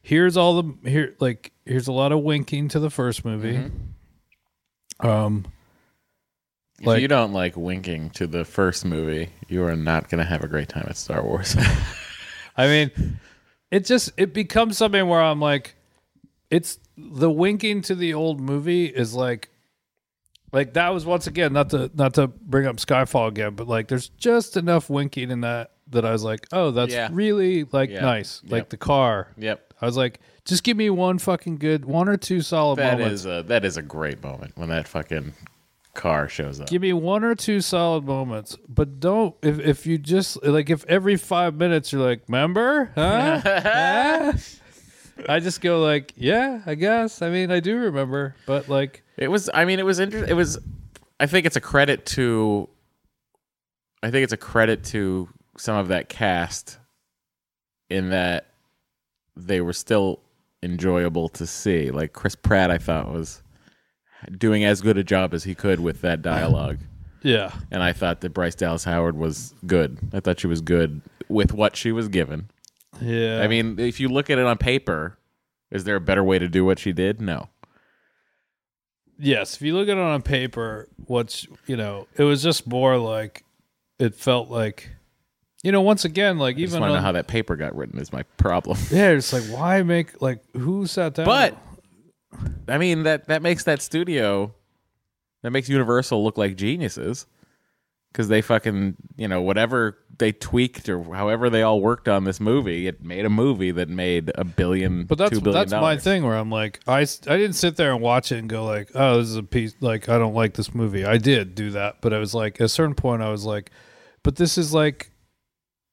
Speaker 2: here's all the here like here's a lot of winking to the first movie. Um,
Speaker 1: if
Speaker 2: Like-
Speaker 1: you don't like winking to the first movie, you are not going to have a great time at Star Wars.
Speaker 2: I mean, it just it becomes something where I'm like, it's the winking to the old movie is like, like that was once again not to not to bring up Skyfall again, but like there's just enough winking in that that I was like, oh, that's
Speaker 1: Yeah.
Speaker 2: really like
Speaker 1: Yeah.
Speaker 2: nice, like
Speaker 1: Yep.
Speaker 2: the car.
Speaker 1: yep.
Speaker 2: I was like, just give me one fucking good, one or two solid
Speaker 1: that is
Speaker 2: moments.
Speaker 1: a that is a great moment when that fucking car shows up.
Speaker 2: Give me one or two solid moments, but don't if if you just like if every five minutes you're like, remember, huh? Huh?" I just go like, yeah, I guess. I mean, I do remember, but like,
Speaker 1: It was. I mean, it was interesting. It was. I think it's a credit to. I think it's a credit to some of that cast, in that they were still enjoyable to see. Like Chris Pratt, I thought was doing as good a job as he could with that dialogue,
Speaker 2: yeah,
Speaker 1: and I thought that Bryce Dallas Howard was good. I thought she was good with what she was given.
Speaker 2: yeah.
Speaker 1: I mean, if you look at it on paper, is there a better way to do what she did? No.
Speaker 2: yes. If you look at it on paper, what's you know, it was just more like, it felt like, you know, once again, like
Speaker 1: I just
Speaker 2: even
Speaker 1: want to know
Speaker 2: on,
Speaker 1: how that paper got written is my problem.
Speaker 2: yeah, it's like why make like who sat down?
Speaker 1: But I mean that that makes that studio that makes Universal look like geniuses cuz they fucking, you know, whatever they tweaked or however they all worked on this movie, it made a movie that made a billion
Speaker 2: But that's
Speaker 1: $2 billion
Speaker 2: that's my thing where I'm like I, s- I didn't sit there and watch it and go like oh this is a piece like I don't like this movie I did do that but I was like at a certain point I was like but this is like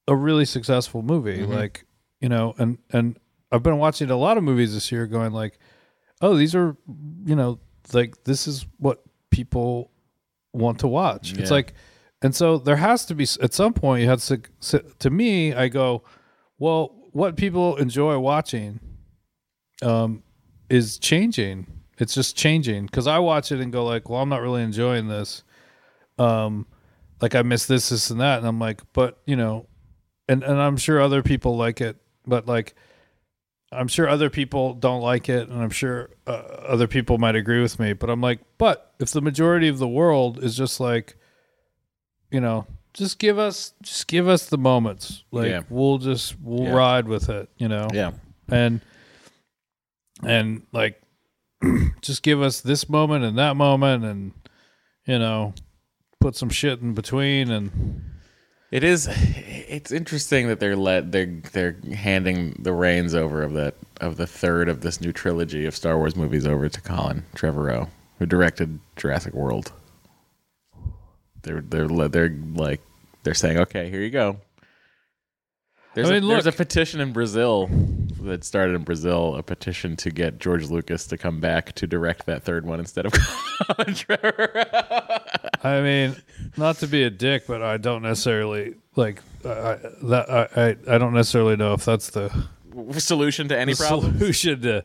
Speaker 2: a really successful movie like you know and and I've been watching a lot of movies this year going like oh these are you know like this is what people want to watch it's
Speaker 1: Yeah.
Speaker 2: like and so there has to be s- at some point you had to to me I go well what people enjoy watching um, is changing. It's just changing because I watch it and go like, "Well, I'm not really enjoying this." Um, like I miss this, this, and that, and I'm like, but you know, and and I'm sure other people like it, but like, I'm sure other people don't like it, and I'm sure uh, other people might agree with me, but I'm like, but if the majority of the world is just like, you know, just give us, just give us the moments, like
Speaker 1: Yeah.
Speaker 2: we'll just we'll
Speaker 1: Yeah.
Speaker 2: ride with it, you know,
Speaker 1: Yeah.
Speaker 2: and and like just give us this moment and that moment and you know put some shit in between and
Speaker 1: It is. It's interesting that they're let they're they're handing the reins over of that of the third of this new trilogy of Star Wars movies over to Colin Trevorrow, who directed Jurassic World. They're they're le- they're like they're saying, okay, here you go. There's,
Speaker 2: I
Speaker 1: a,
Speaker 2: mean,
Speaker 1: there's a
Speaker 2: look.
Speaker 1: petition in Brazil that started in Brazil, a petition to get George Lucas to come back to direct that third one instead of Colin Trevorrow.
Speaker 2: i mean not to be a dick but i don't necessarily like I, I- that I, I i don't necessarily know if that's the,
Speaker 1: Solution to any
Speaker 2: the
Speaker 1: problem.
Speaker 2: solution to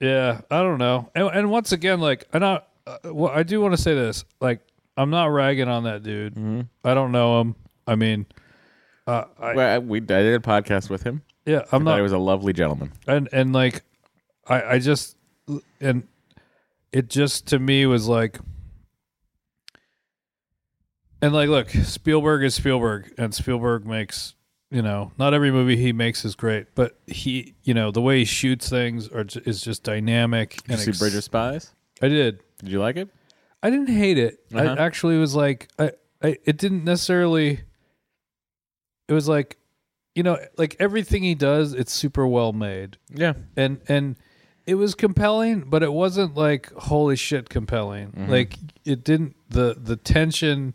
Speaker 2: yeah i don't know and, and once again like i not uh, well i do want to say this like i'm not ragging on that dude i don't know him i mean uh, I,
Speaker 1: Well, we I did a podcast with him.
Speaker 2: yeah i'm
Speaker 1: Thought
Speaker 2: not
Speaker 1: he was a lovely gentleman.
Speaker 2: and and like i i just and it just to me was like and like look spielberg is spielberg and spielberg makes you know not every movie he makes is great but he you know the way he shoots things are ju- is just dynamic
Speaker 1: Did you
Speaker 2: and
Speaker 1: see
Speaker 2: ex-
Speaker 1: Bridge of Spies?
Speaker 2: i did
Speaker 1: Did you like it?
Speaker 2: I didn't hate it.
Speaker 1: Uh-huh.
Speaker 2: I actually was like, I, I, it didn't necessarily. It was like, you know, like everything he does, it's super well made,
Speaker 1: Yeah.
Speaker 2: and and it was compelling, but it wasn't like holy shit compelling. Like it didn't the the tension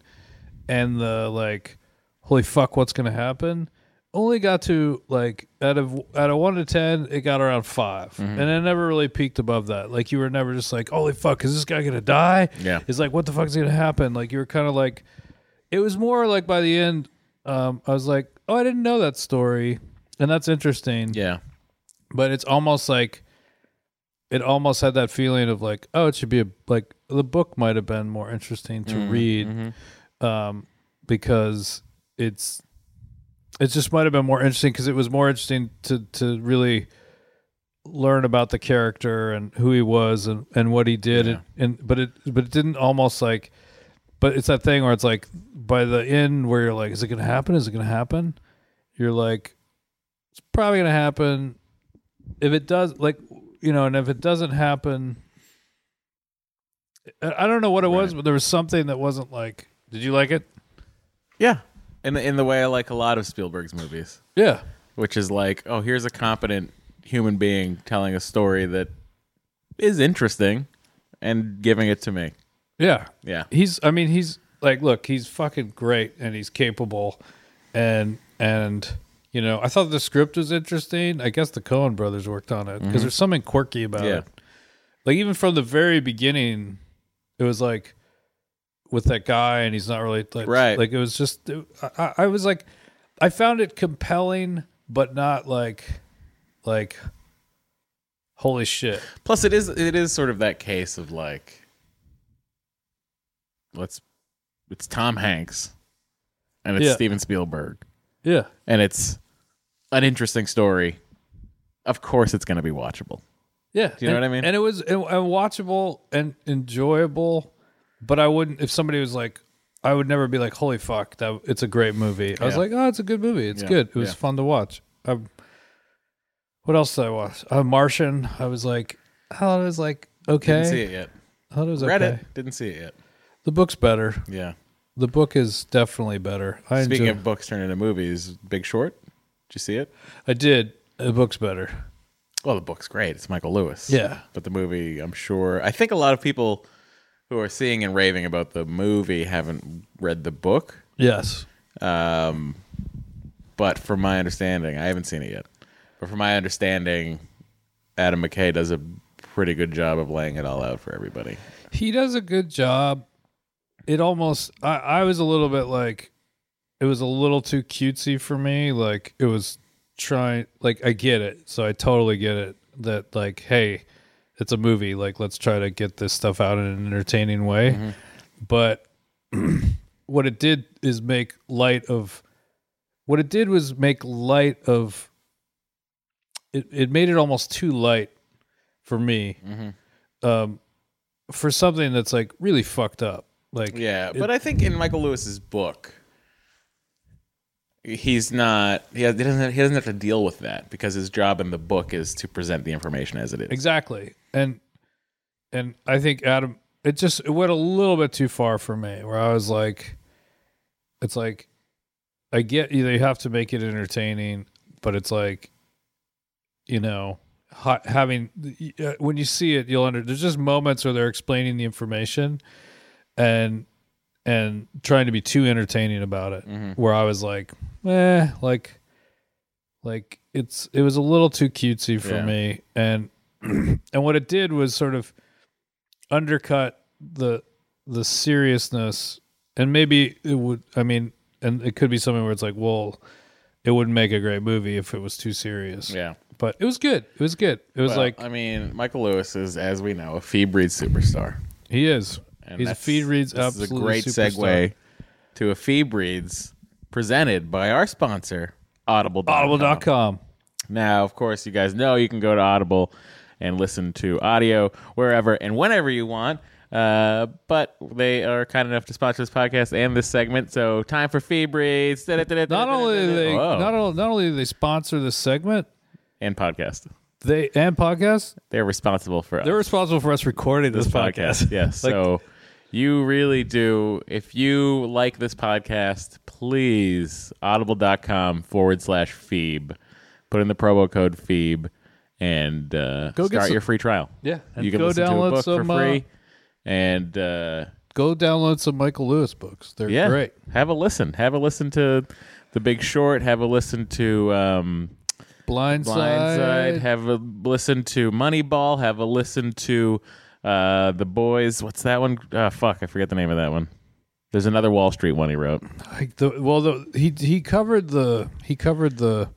Speaker 2: and the like, holy fuck, what's gonna happen? Only got to like out of out of one to ten, it got around 5 and it never really peaked above that. Like you were never just like, holy fuck, is this guy gonna die?
Speaker 1: Yeah.
Speaker 2: it's like what the fuck's gonna happen? Like you were kind of like, it was more like by the end, um, I was like, oh, I didn't know that story, and that's interesting
Speaker 1: Yeah.
Speaker 2: but it's almost like it almost had that feeling of like oh it should be a, like the book might have been more interesting to read um because it's it just might have been more interesting because it was more interesting to to really learn about the character and who he was and and what he did
Speaker 1: Yeah.
Speaker 2: and, and but it but it didn't almost like but it's that thing where it's like by the end where you're like is it gonna happen is it gonna happen you're like it's probably gonna happen if it does like you know and if it doesn't happen i I don't know what it was
Speaker 1: Right.
Speaker 2: but there was something that wasn't like did you like it
Speaker 1: Yeah. In the, in the way I like a lot of Spielberg's movies.
Speaker 2: yeah
Speaker 1: which is like, oh, here's a competent human being telling a story that is interesting and giving it to me.
Speaker 2: yeah
Speaker 1: Yeah.
Speaker 2: he's i mean he's like look he's fucking great and he's capable and and you know i thought the script was interesting i guess the cohen brothers worked on it because there's something quirky about
Speaker 1: Mm-hmm. Yeah.
Speaker 2: it like even from the very beginning it was like with that guy and he's not really like
Speaker 1: Right.
Speaker 2: like it was just I- I, I was like i found it compelling but not like like holy shit
Speaker 1: Plus it is it is sort of that case of like let's it's Tom Hanks and it's
Speaker 2: Yeah.
Speaker 1: Steven Spielberg
Speaker 2: yeah
Speaker 1: and it's an interesting story. Of course it's going to be watchable.
Speaker 2: Yeah,
Speaker 1: you know
Speaker 2: and-
Speaker 1: what I mean?
Speaker 2: And it was and, and watchable and enjoyable, but I wouldn't if somebody was like, I would never be like, "Holy fuck, that it's a great movie." I was
Speaker 1: Yeah.
Speaker 2: like, "Oh, it's a good movie. It's
Speaker 1: Yeah,
Speaker 2: good. It was
Speaker 1: yeah.
Speaker 2: fun to watch." i what else did I watch? Uh, Martian. I was like, I thought it was like
Speaker 1: Didn't see
Speaker 2: okay.
Speaker 1: it yet.
Speaker 2: I thought it was
Speaker 1: Read
Speaker 2: okay.
Speaker 1: it, didn't see it yet.
Speaker 2: The book's better.
Speaker 1: Yeah.
Speaker 2: The book is definitely better. I
Speaker 1: Speaking
Speaker 2: enjoy,
Speaker 1: of books turned into movies, Big Short, did you see it?
Speaker 2: I did. The book's better.
Speaker 1: Well, the book's great. It's Michael Lewis.
Speaker 2: Yeah.
Speaker 1: But the movie, I'm sure. I think a lot of people who are seeing and raving about the movie haven't read the book.
Speaker 2: Yes.
Speaker 1: Um, but from my understanding, I haven't seen it yet. But from my understanding, Adam McKay does a pretty good job of laying it all out for everybody.
Speaker 2: he does a good job. It almost I, I was a little bit like it was a little too cutesy for me. Like it was trying like I get it. So I totally get it that like, hey, it's a movie, like let's try to get this stuff out in an entertaining way. But what it did is make light of what it did was make light of it, it made it almost too light for me um, for something that's like really fucked up. Like,
Speaker 1: Yeah, but I think in Michael Lewis's book, he's not he has- he doesn't he doesn't have to deal with that because his job in the book is to present the information as it is.
Speaker 2: exactly. And and I think Adam, it just it went a little bit too far for me, where I was like, it's like, I get you, know, you have to make it entertaining, but it's like, you know. ha- Having uh, when you see it, you'll under. There's just moments where they're explaining the information, and and trying to be too entertaining about it
Speaker 1: Mhm.
Speaker 2: where I was like, eh, like like it's it was a little too cutesy for
Speaker 1: Yeah.
Speaker 2: me. And and what it did was sort of undercut the the seriousness and maybe it would I mean and it could be something where it's like, well, it wouldn't make a great movie if it was too serious.
Speaker 1: Yeah.
Speaker 2: But it was good. It was good. It was
Speaker 1: Well,
Speaker 2: like
Speaker 1: I mean, Michael Lewis is, as we know, a feed breed superstar.
Speaker 2: he is.
Speaker 1: And
Speaker 2: He's a
Speaker 1: that's-
Speaker 2: feed reads
Speaker 1: This is a
Speaker 2: absolutely
Speaker 1: great segue to a feed breeds presented by our sponsor, Audible.com.
Speaker 2: Audible.com.
Speaker 1: Now, of course, you guys know you can go to Audible and listen to audio wherever and whenever you want. Uh, but they are kind enough to sponsor this podcast and this segment. So, time for feed breeds.
Speaker 2: Not only do they
Speaker 1: Whoa.
Speaker 2: not, only, not only do they sponsor this segment,
Speaker 1: and podcast,
Speaker 2: they and podcast
Speaker 1: they're responsible for us.
Speaker 2: They're responsible for us recording this,
Speaker 1: this podcast.
Speaker 2: podcast.
Speaker 1: yes. so You really do. If you like this podcast, please audible.com forward slash Phoebe. Put in the promo code Phoebe and uh,
Speaker 2: Go get
Speaker 1: start
Speaker 2: some-
Speaker 1: your free trial.
Speaker 2: Yeah, and
Speaker 1: you can
Speaker 2: go
Speaker 1: listen to a
Speaker 2: download
Speaker 1: book for
Speaker 2: some, uh,
Speaker 1: free. and uh,
Speaker 2: Go download some Michael Lewis books. They're
Speaker 1: yeah,
Speaker 2: great.
Speaker 1: have a listen. Have a listen to The Big Short. Have a listen to um,
Speaker 2: Blindside.
Speaker 1: Blindside. Have a listen to Moneyball. Have a listen to uh, The Boys. What's that one? Uh, fuck, I forget the name of that one. There's another Wall Street one he wrote.
Speaker 2: Like the, well, the, he he covered the he covered the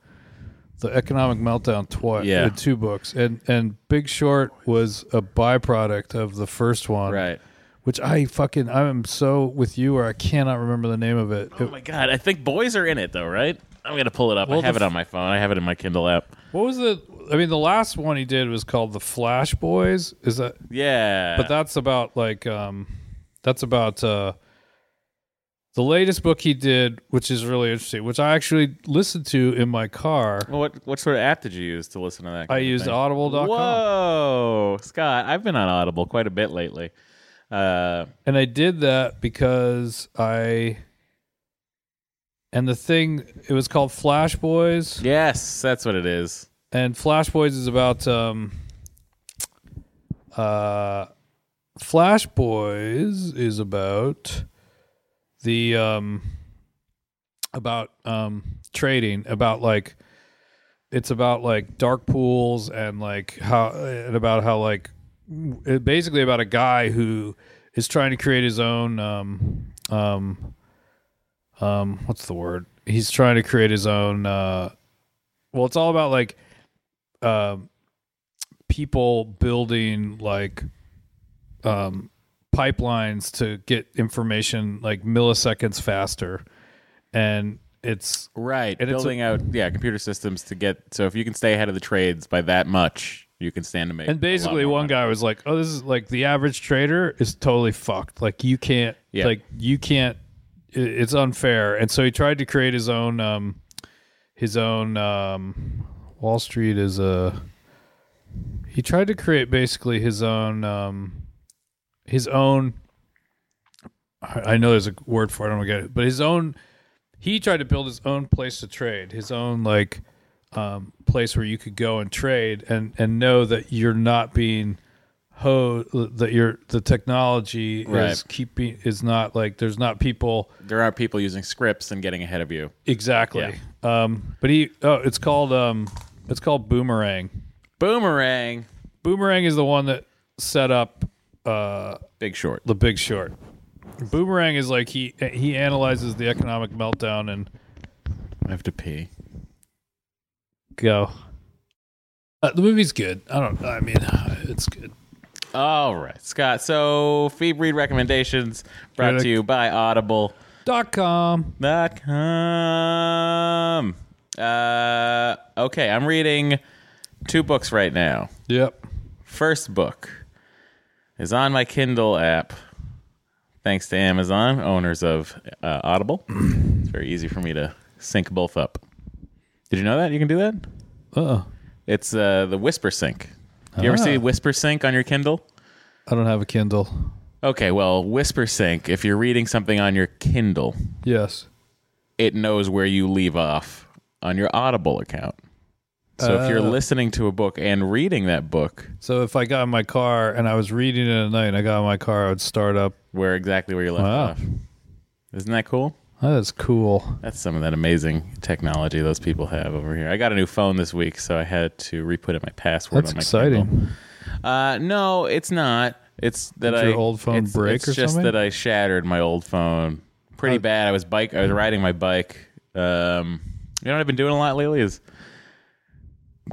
Speaker 2: the economic meltdown twice.
Speaker 1: Yeah.
Speaker 2: with two books, and and Big Short was a byproduct of the first one. Which I fucking I'm so with you, or I cannot remember the name of it.
Speaker 1: Oh my god, I think boys are in it though, right? I'm gonna pull it up.
Speaker 2: Well,
Speaker 1: I have
Speaker 2: the
Speaker 1: it on my phone. I have it in my Kindle app.
Speaker 2: What was the? I mean, the last one he did was called the Flash Boys. Is that?
Speaker 1: Yeah,
Speaker 2: But that's about like um, that's about uh, the latest book he did, which is really interesting, which I actually listened to in my car.
Speaker 1: Well, what what sort of app did you use to listen to that?
Speaker 2: I
Speaker 1: kind of
Speaker 2: used
Speaker 1: thing?
Speaker 2: Audible.com
Speaker 1: Whoa, Scott, I've been on Audible quite a bit lately. Uh,
Speaker 2: and I did that because I. And the thing, it was called Flash Boys.
Speaker 1: yes, that's what it is.
Speaker 2: and Flash Boys is about um uh Flash Boys is about the um about um trading about like it's about like dark pools and like how and about how like w- it- basically about a guy who is trying to create his own um um um what's the word he's trying to create his own uh well it's all about like um people building like um pipelines to get information like milliseconds faster and it's
Speaker 1: Right,
Speaker 2: And it's
Speaker 1: building out yeah computer systems to get so if you can stay ahead of the trades by that much, you can stand to make.
Speaker 2: And basically,
Speaker 1: a lot more
Speaker 2: one
Speaker 1: money.
Speaker 2: guy was like, "Oh, this is like the average trader is totally fucked. Like you can't,
Speaker 1: Yeah.
Speaker 2: like you can't. i- It's unfair." And so he tried to create his own, um, his own um, Wall Street is a. He tried to create basically his own, um, his own. I I know there's a word for it. I don't get it, but his own. He tried to build his own place to trade, his own like um, place where you could go and trade and and know that you're not being ho that your the technology
Speaker 1: Right.
Speaker 2: is keeping is not like there's not people
Speaker 1: there are people using scripts and getting ahead of you.
Speaker 2: exactly um but he oh it's called um it's called boomerang
Speaker 1: Boomerang,
Speaker 2: boomerang is the one that set up uh
Speaker 1: Big Short.
Speaker 2: the big short boomerang is like he he analyzes the economic meltdown and
Speaker 1: I have to pee.
Speaker 2: go uh, the movie's good i don't i mean it's good
Speaker 1: All right, Scott. So, feed read recommendations brought
Speaker 2: Correct.
Speaker 1: to you by Audible.com.
Speaker 2: dot com
Speaker 1: Uh, okay, I'm reading two books right now.
Speaker 2: Yep.
Speaker 1: First book is on my Kindle app, thanks to Amazon, owners of uh, Audible. it's very easy for me to sync both up. Did you know that you can do that?
Speaker 2: Uh,
Speaker 1: It's uh, the Whisper Sync. You ever
Speaker 2: Ah.
Speaker 1: see Whisper Sync on your Kindle?
Speaker 2: I don't have a Kindle.
Speaker 1: Okay, well, Whisper Sync, if you're reading something on your Kindle,
Speaker 2: Yes.
Speaker 1: it knows where you leave off on your Audible account. So if you're
Speaker 2: Uh.
Speaker 1: listening to a book and reading that book,
Speaker 2: So if I got in my car and I was reading it at night and I got in my car, I would start up.
Speaker 1: where exactly where you left
Speaker 2: Wow.
Speaker 1: off. Isn't that cool?
Speaker 2: That is cool.
Speaker 1: That's some of that amazing technology those people have over here. I got a new phone this week, so I had to re-put in my password.
Speaker 2: That's
Speaker 1: on my
Speaker 2: exciting.
Speaker 1: Kindle. Uh, no, it's not. It's that
Speaker 2: Did
Speaker 1: I
Speaker 2: your old phone
Speaker 1: it's-
Speaker 2: break
Speaker 1: it's
Speaker 2: or
Speaker 1: just
Speaker 2: something? Uh,
Speaker 1: that I shattered my old phone pretty bad. I was bike. I was riding my bike. Um, you know what I've been doing a lot lately is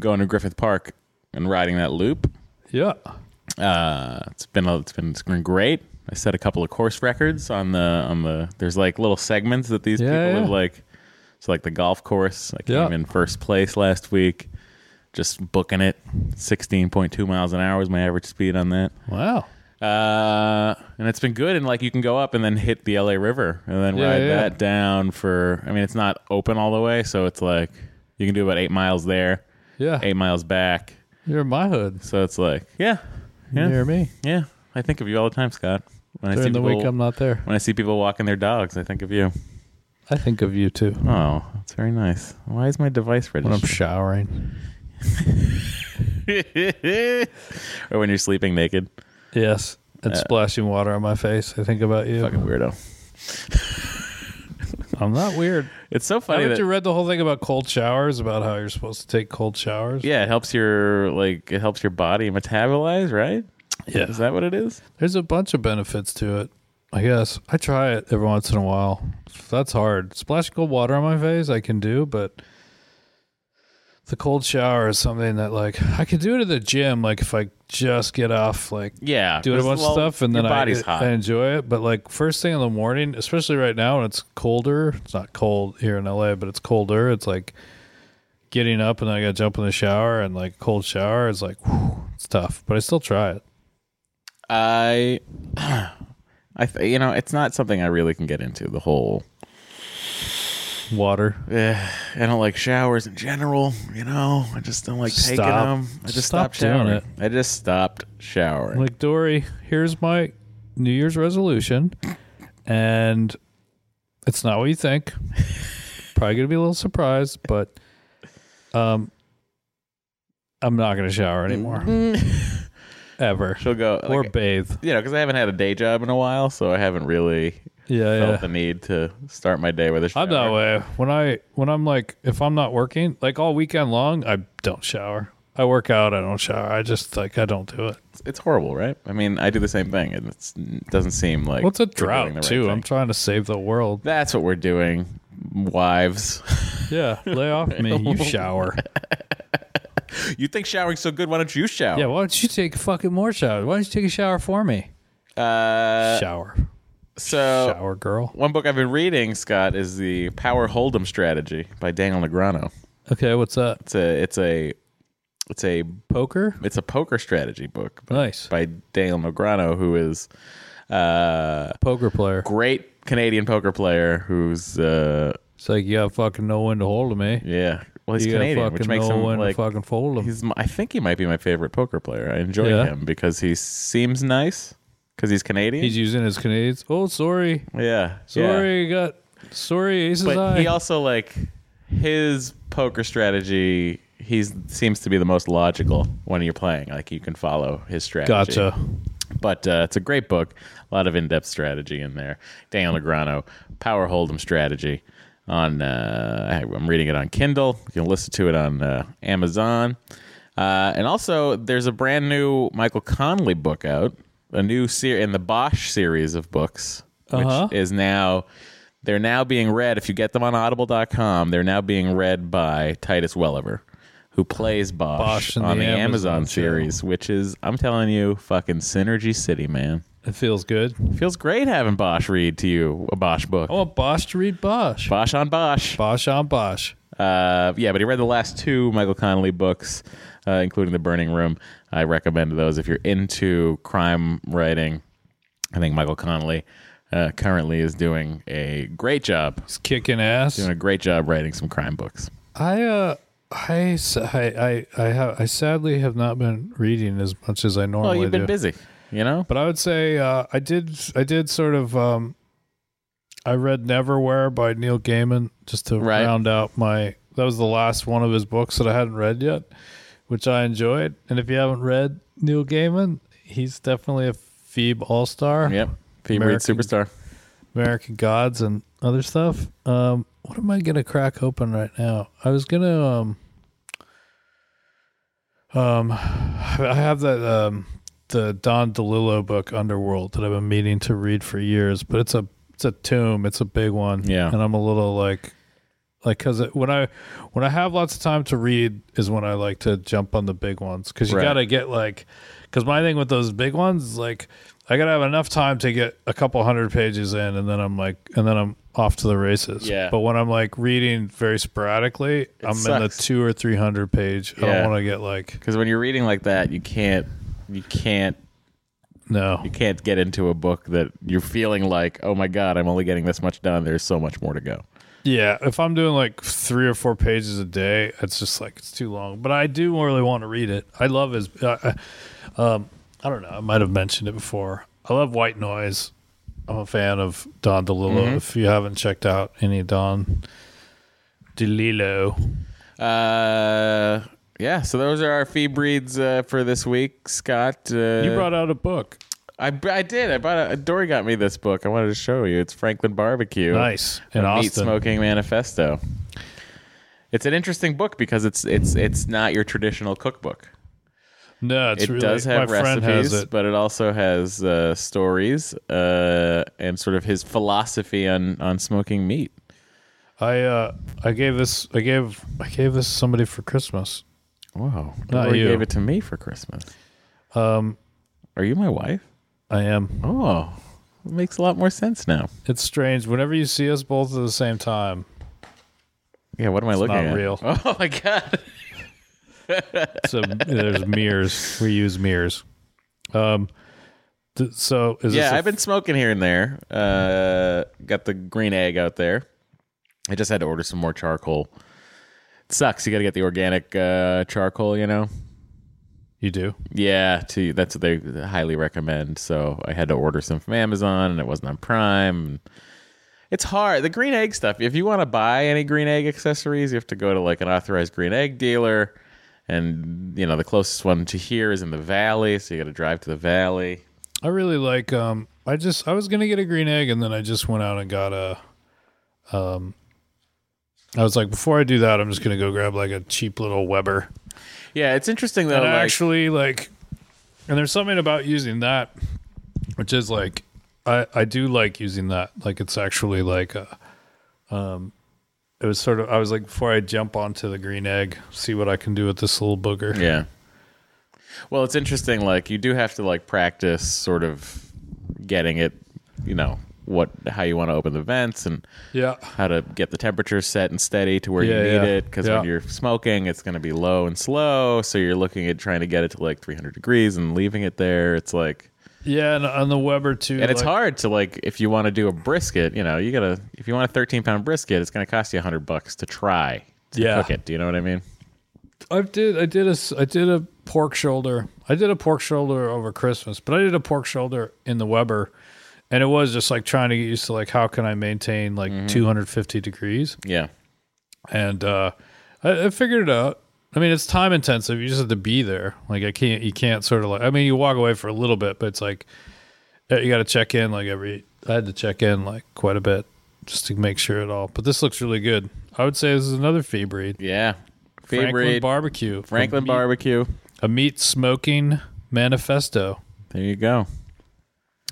Speaker 1: going to Griffith Park and riding that loop.
Speaker 2: Yeah.
Speaker 1: Uh, it's been a, it's been it's been great. I set a couple of course records on the on the. There's like little segments that these
Speaker 2: Yeah,
Speaker 1: people have
Speaker 2: yeah.
Speaker 1: like. So like the golf course, I came
Speaker 2: Yeah.
Speaker 1: in first place last week, just booking it. Sixteen point two miles an hour was my average speed on that.
Speaker 2: Wow.
Speaker 1: Uh, and it's been good. And like you can go up and then hit the LA River and then
Speaker 2: Yeah,
Speaker 1: ride
Speaker 2: yeah.
Speaker 1: that down for. I mean, it's not open all the way, so it's like you can do about eight miles there,
Speaker 2: Yeah.
Speaker 1: eight miles back.
Speaker 2: You're in my hood.
Speaker 1: So it's like yeah, yeah,
Speaker 2: Near me.
Speaker 1: yeah. I think of you all the time, Scott. When I see
Speaker 2: During the
Speaker 1: people,
Speaker 2: week, I'm not there.
Speaker 1: when I see people walking their dogs, I think of you.
Speaker 2: I think of you too
Speaker 1: Oh, that's very nice. Why is my device ready?
Speaker 2: when I'm showering.
Speaker 1: or when you're sleeping naked.
Speaker 2: Yes. And
Speaker 1: Uh,
Speaker 2: splashing water on my face. I think about you.
Speaker 1: Fucking weirdo.
Speaker 2: I'm not weird.
Speaker 1: It's so funny
Speaker 2: Haven't
Speaker 1: that
Speaker 2: you read the whole thing about cold showers? About how you're supposed to take cold showers?
Speaker 1: yeah, it helps your like it helps your body metabolize, right?
Speaker 2: Yeah.
Speaker 1: Is that what it is?
Speaker 2: There's a bunch of benefits to it. I guess I try it every once in a while. That's hard. Splash cold water on my face, I can do, but the cold shower is something that like I could do it at the gym. Like if I just get off, like
Speaker 1: Yeah,
Speaker 2: do it a
Speaker 1: Well,
Speaker 2: bunch of stuff, and
Speaker 1: your
Speaker 2: then
Speaker 1: body's
Speaker 2: I,
Speaker 1: hot.
Speaker 2: I enjoy it. But like first thing in the morning, especially right now when it's colder, it's not cold here in LA, but it's colder. It's like getting up and then I got to jump in the shower and like cold shower is like whew, it's tough, but I still try it.
Speaker 1: I, I th- you know, it's not something I really can get into. The whole
Speaker 2: Water.
Speaker 1: eh, I don't like showers in general. You know, I just don't like taking
Speaker 2: Stop.
Speaker 1: them. I just
Speaker 2: Stop
Speaker 1: stopped
Speaker 2: doing
Speaker 1: showering.
Speaker 2: it.
Speaker 1: I just stopped showering.
Speaker 2: like Dory, here's my New Year's resolution, and it's not what you think. Probably gonna be a little surprised, but um, I'm not gonna shower anymore ever
Speaker 1: Mm-hmm. She'll go like,
Speaker 2: or bathe.
Speaker 1: you know, because I haven't had a day job in a while, so I haven't really
Speaker 2: Yeah,
Speaker 1: felt
Speaker 2: yeah.
Speaker 1: the need to start my day with a shower.
Speaker 2: I'm that way. When I when I'm like if I'm not working like all weekend long, I don't shower. I work out, I don't shower. I just like I don't do it.
Speaker 1: It's- It's horrible, right? I mean, I do the same thing, and it's, it doesn't seem like
Speaker 2: Well, it's a
Speaker 1: we're doing
Speaker 2: drought
Speaker 1: the right
Speaker 2: too.
Speaker 1: thing.
Speaker 2: I'm trying to save the world.
Speaker 1: That's what we're doing, wives.
Speaker 2: Yeah, lay off me. You shower.
Speaker 1: you think showering's so good? Why don't you shower?
Speaker 2: Yeah, why don't you take fucking more showers? Why don't you take a shower for me?
Speaker 1: Uh,
Speaker 2: shower.
Speaker 1: so
Speaker 2: shower girl.
Speaker 1: one book I've been reading, Scott, is the Power Hold'em Strategy by Daniel Negreanu.
Speaker 2: Okay, what's that?
Speaker 1: It's a it's a it's a
Speaker 2: Poker?
Speaker 1: it's a poker strategy book by,
Speaker 2: Nice.
Speaker 1: by Daniel Negreanu, who is uh,
Speaker 2: Poker player.
Speaker 1: great Canadian poker player who's uh,
Speaker 2: It's like you got fucking no one to hold of me.
Speaker 1: yeah, well he's
Speaker 2: you got
Speaker 1: Canadian,
Speaker 2: fucking
Speaker 1: which makes
Speaker 2: no
Speaker 1: him
Speaker 2: one
Speaker 1: like
Speaker 2: to fucking fold 'em.
Speaker 1: he's my, I think he might be my favorite poker player. I enjoy
Speaker 2: Yeah.
Speaker 1: him because he seems nice because he's Canadian.
Speaker 2: He's using his Canadians. Oh, sorry,
Speaker 1: yeah, yeah.
Speaker 2: sorry, you got sorry aces
Speaker 1: but
Speaker 2: high.
Speaker 1: he also like his poker strategy. He seems to be the most logical when you're playing. Like you can follow his strategy.
Speaker 2: gotcha.
Speaker 1: But uh, it's a great book. A lot of in-depth strategy in there. Daniel Negreanu, Power Hold'em Strategy. On uh, I- I'm reading it on Kindle. You can listen to it on uh, Amazon. Uh, and also, there's a brand new Michael Conley book out. A new series in the Bosch series of books, which
Speaker 2: Uh-huh.
Speaker 1: is now they're now being read. If you get them on Audible.com, they're now being read by Titus Welliver, who plays Bosch,
Speaker 2: Bosch in
Speaker 1: on
Speaker 2: the
Speaker 1: the, Amazon,
Speaker 2: Amazon show.
Speaker 1: series which is I'm telling you, fucking Synergy City, man.
Speaker 2: It feels good.
Speaker 1: Feels great having Bosch read to you a Bosch book.
Speaker 2: I want Bosch to read Bosch.
Speaker 1: Bosch on Bosch.
Speaker 2: Bosch on Bosch.
Speaker 1: Uh, yeah, but he read the last two Michael Connolly books, uh, including The Burning Room. I recommend those if you're into crime writing. I think Michael Connolly uh, currently is doing a great job,
Speaker 2: He's kicking ass.
Speaker 1: doing a great job writing some crime books.
Speaker 2: I uh I s- I I I have I sadly have not been reading as much as I
Speaker 1: Well,
Speaker 2: normally
Speaker 1: you've been
Speaker 2: do.
Speaker 1: busy, you know.
Speaker 2: But I would say uh, I did I did sort of um I read Neverwhere by Neil Gaiman just to
Speaker 1: Right.
Speaker 2: round out my that was the last one of his books that I hadn't read yet, which I enjoyed. And if you haven't read Neil Gaiman, he's definitely a Phoebe All Star.
Speaker 1: Yep, Phoebe Reed
Speaker 2: American-
Speaker 1: superstar.
Speaker 2: American Gods and other stuff. Um, what am I gonna crack open right now? I was gonna um, um, I have that um, the Don DeLillo book Underworld that I've been meaning to read for years, but it's a it's a tomb, it's a big one,
Speaker 1: Yeah.
Speaker 2: and I'm a little like. Like, cause it, when I when I have lots of time to read is when I like to jump on the big ones. Cause you
Speaker 1: Right.
Speaker 2: gotta get like, cause my thing with those big ones is like I gotta have enough time to get a couple hundred pages in, and then I'm like, and then I'm off to the races.
Speaker 1: Yeah.
Speaker 2: But when I'm like reading very sporadically, I'm in the
Speaker 1: sucks.
Speaker 2: two or three hundred page. I
Speaker 1: Yeah.
Speaker 2: don't want to get like
Speaker 1: Because when you're reading like that, you can't, you can't
Speaker 2: no.
Speaker 1: you can't get into a book that you're feeling like, oh my god, I'm only getting this much done. There's so much more to go.
Speaker 2: Yeah, if I'm doing like three or four pages a day, it's just like it's too long. But I uh, do really want to read it. I love his. Uh, um, I don't know. I might have mentioned it before. I love White Noise. I'm a fan of Don DeLillo.
Speaker 1: Mm-hmm.
Speaker 2: If you haven't checked out any Don DeLillo,
Speaker 1: Uh, yeah, so those are our fee breeds uh, for this week, Scott. Uh,
Speaker 2: you brought out a book.
Speaker 1: I, I did. I bought a. Dory got me this book. I wanted to show you. It's Franklin Barbecue.
Speaker 2: Nice in
Speaker 1: a meat
Speaker 2: Austin.
Speaker 1: smoking manifesto. It's an interesting book because it's it's it's not your traditional cookbook.
Speaker 2: No, it's
Speaker 1: it
Speaker 2: really,
Speaker 1: does have
Speaker 2: my friend has
Speaker 1: recipes,
Speaker 2: it.
Speaker 1: but it also has uh, stories uh, and sort of his philosophy on on smoking meat.
Speaker 2: I uh, I gave this I gave I gave this to somebody for Christmas.
Speaker 1: Wow,
Speaker 2: Not
Speaker 1: Dory
Speaker 2: you.
Speaker 1: gave it to me for Christmas.
Speaker 2: Um,
Speaker 1: Are you my wife?
Speaker 2: I am.
Speaker 1: Oh, it makes a lot more sense now.
Speaker 2: It's strange. Whenever you see us both at the same time,
Speaker 1: Yeah, what am I looking
Speaker 2: not
Speaker 1: at?
Speaker 2: real.
Speaker 1: Oh my god.
Speaker 2: so there's mirrors. We use mirrors. Um, th- so is this
Speaker 1: yeah,
Speaker 2: a
Speaker 1: I've been smoking here and there. Uh, got the green egg out there. I just had to order some more charcoal. It sucks. You got to get the organic uh, charcoal, you know.
Speaker 2: You do.
Speaker 1: Yeah, to that's what they highly recommend. So I had to order some from Amazon, and it wasn't on Prime. It's hard. The green egg stuff. If you want to buy any green egg accessories, you have to go to like an authorized green egg dealer, and you know the closest one to here is in the valley, so you got to drive to the valley.
Speaker 2: I really like. Um, I just I was gonna get a green egg, and then I just went out and got a. Um, I was like, before I do that, I'm just gonna go grab like a cheap little Weber.
Speaker 1: Yeah, it's interesting though.
Speaker 2: and I
Speaker 1: like-
Speaker 2: actually like, and there's something about using that, which is like, I I do like using that. Like it's actually like a, um, it was sort of I was like before I jump onto the green egg, see what I can do with this little booger.
Speaker 1: Yeah. Well, it's interesting. Like you do have to like practice sort of getting it, you know, what how you want to open the vents and
Speaker 2: Yeah.
Speaker 1: how to get the temperature set and steady to where you
Speaker 2: Yeah,
Speaker 1: need
Speaker 2: yeah.
Speaker 1: it. Because
Speaker 2: Yeah.
Speaker 1: when you're smoking, it's going to be low and slow. So you're looking at trying to get it to like 300 degrees and leaving it there. It's like,
Speaker 2: Yeah, and on the Weber too.
Speaker 1: and it's
Speaker 2: like-
Speaker 1: hard to like if you want to do a brisket. You know, you gotta if you want a 13 pound brisket, it's going to cost you 100 bucks to try to
Speaker 2: Yeah.
Speaker 1: cook it. Do you know what I mean?
Speaker 2: I did. I did a. s- I did a pork shoulder. I did a pork shoulder over Christmas, but I did a pork shoulder in the Weber, and it was just like trying to get used to like how can I maintain like
Speaker 1: Mm-hmm.
Speaker 2: 250 degrees,
Speaker 1: Yeah.
Speaker 2: and uh, I, I figured it out. I mean, it's time intensive. You just have to be there. Like I can't. You can't sort of like. I mean, you walk away for a little bit, but it's like uh, you got to check in like every. I had to check in like quite a bit just to make sure it all. But this looks really good. I would say this is another fee breed.
Speaker 1: Yeah.
Speaker 2: Franklin
Speaker 1: Favorite
Speaker 2: barbecue. from
Speaker 1: Franklin
Speaker 2: Meat
Speaker 1: Barbecue.
Speaker 2: a meat smoking manifesto.
Speaker 1: There you go.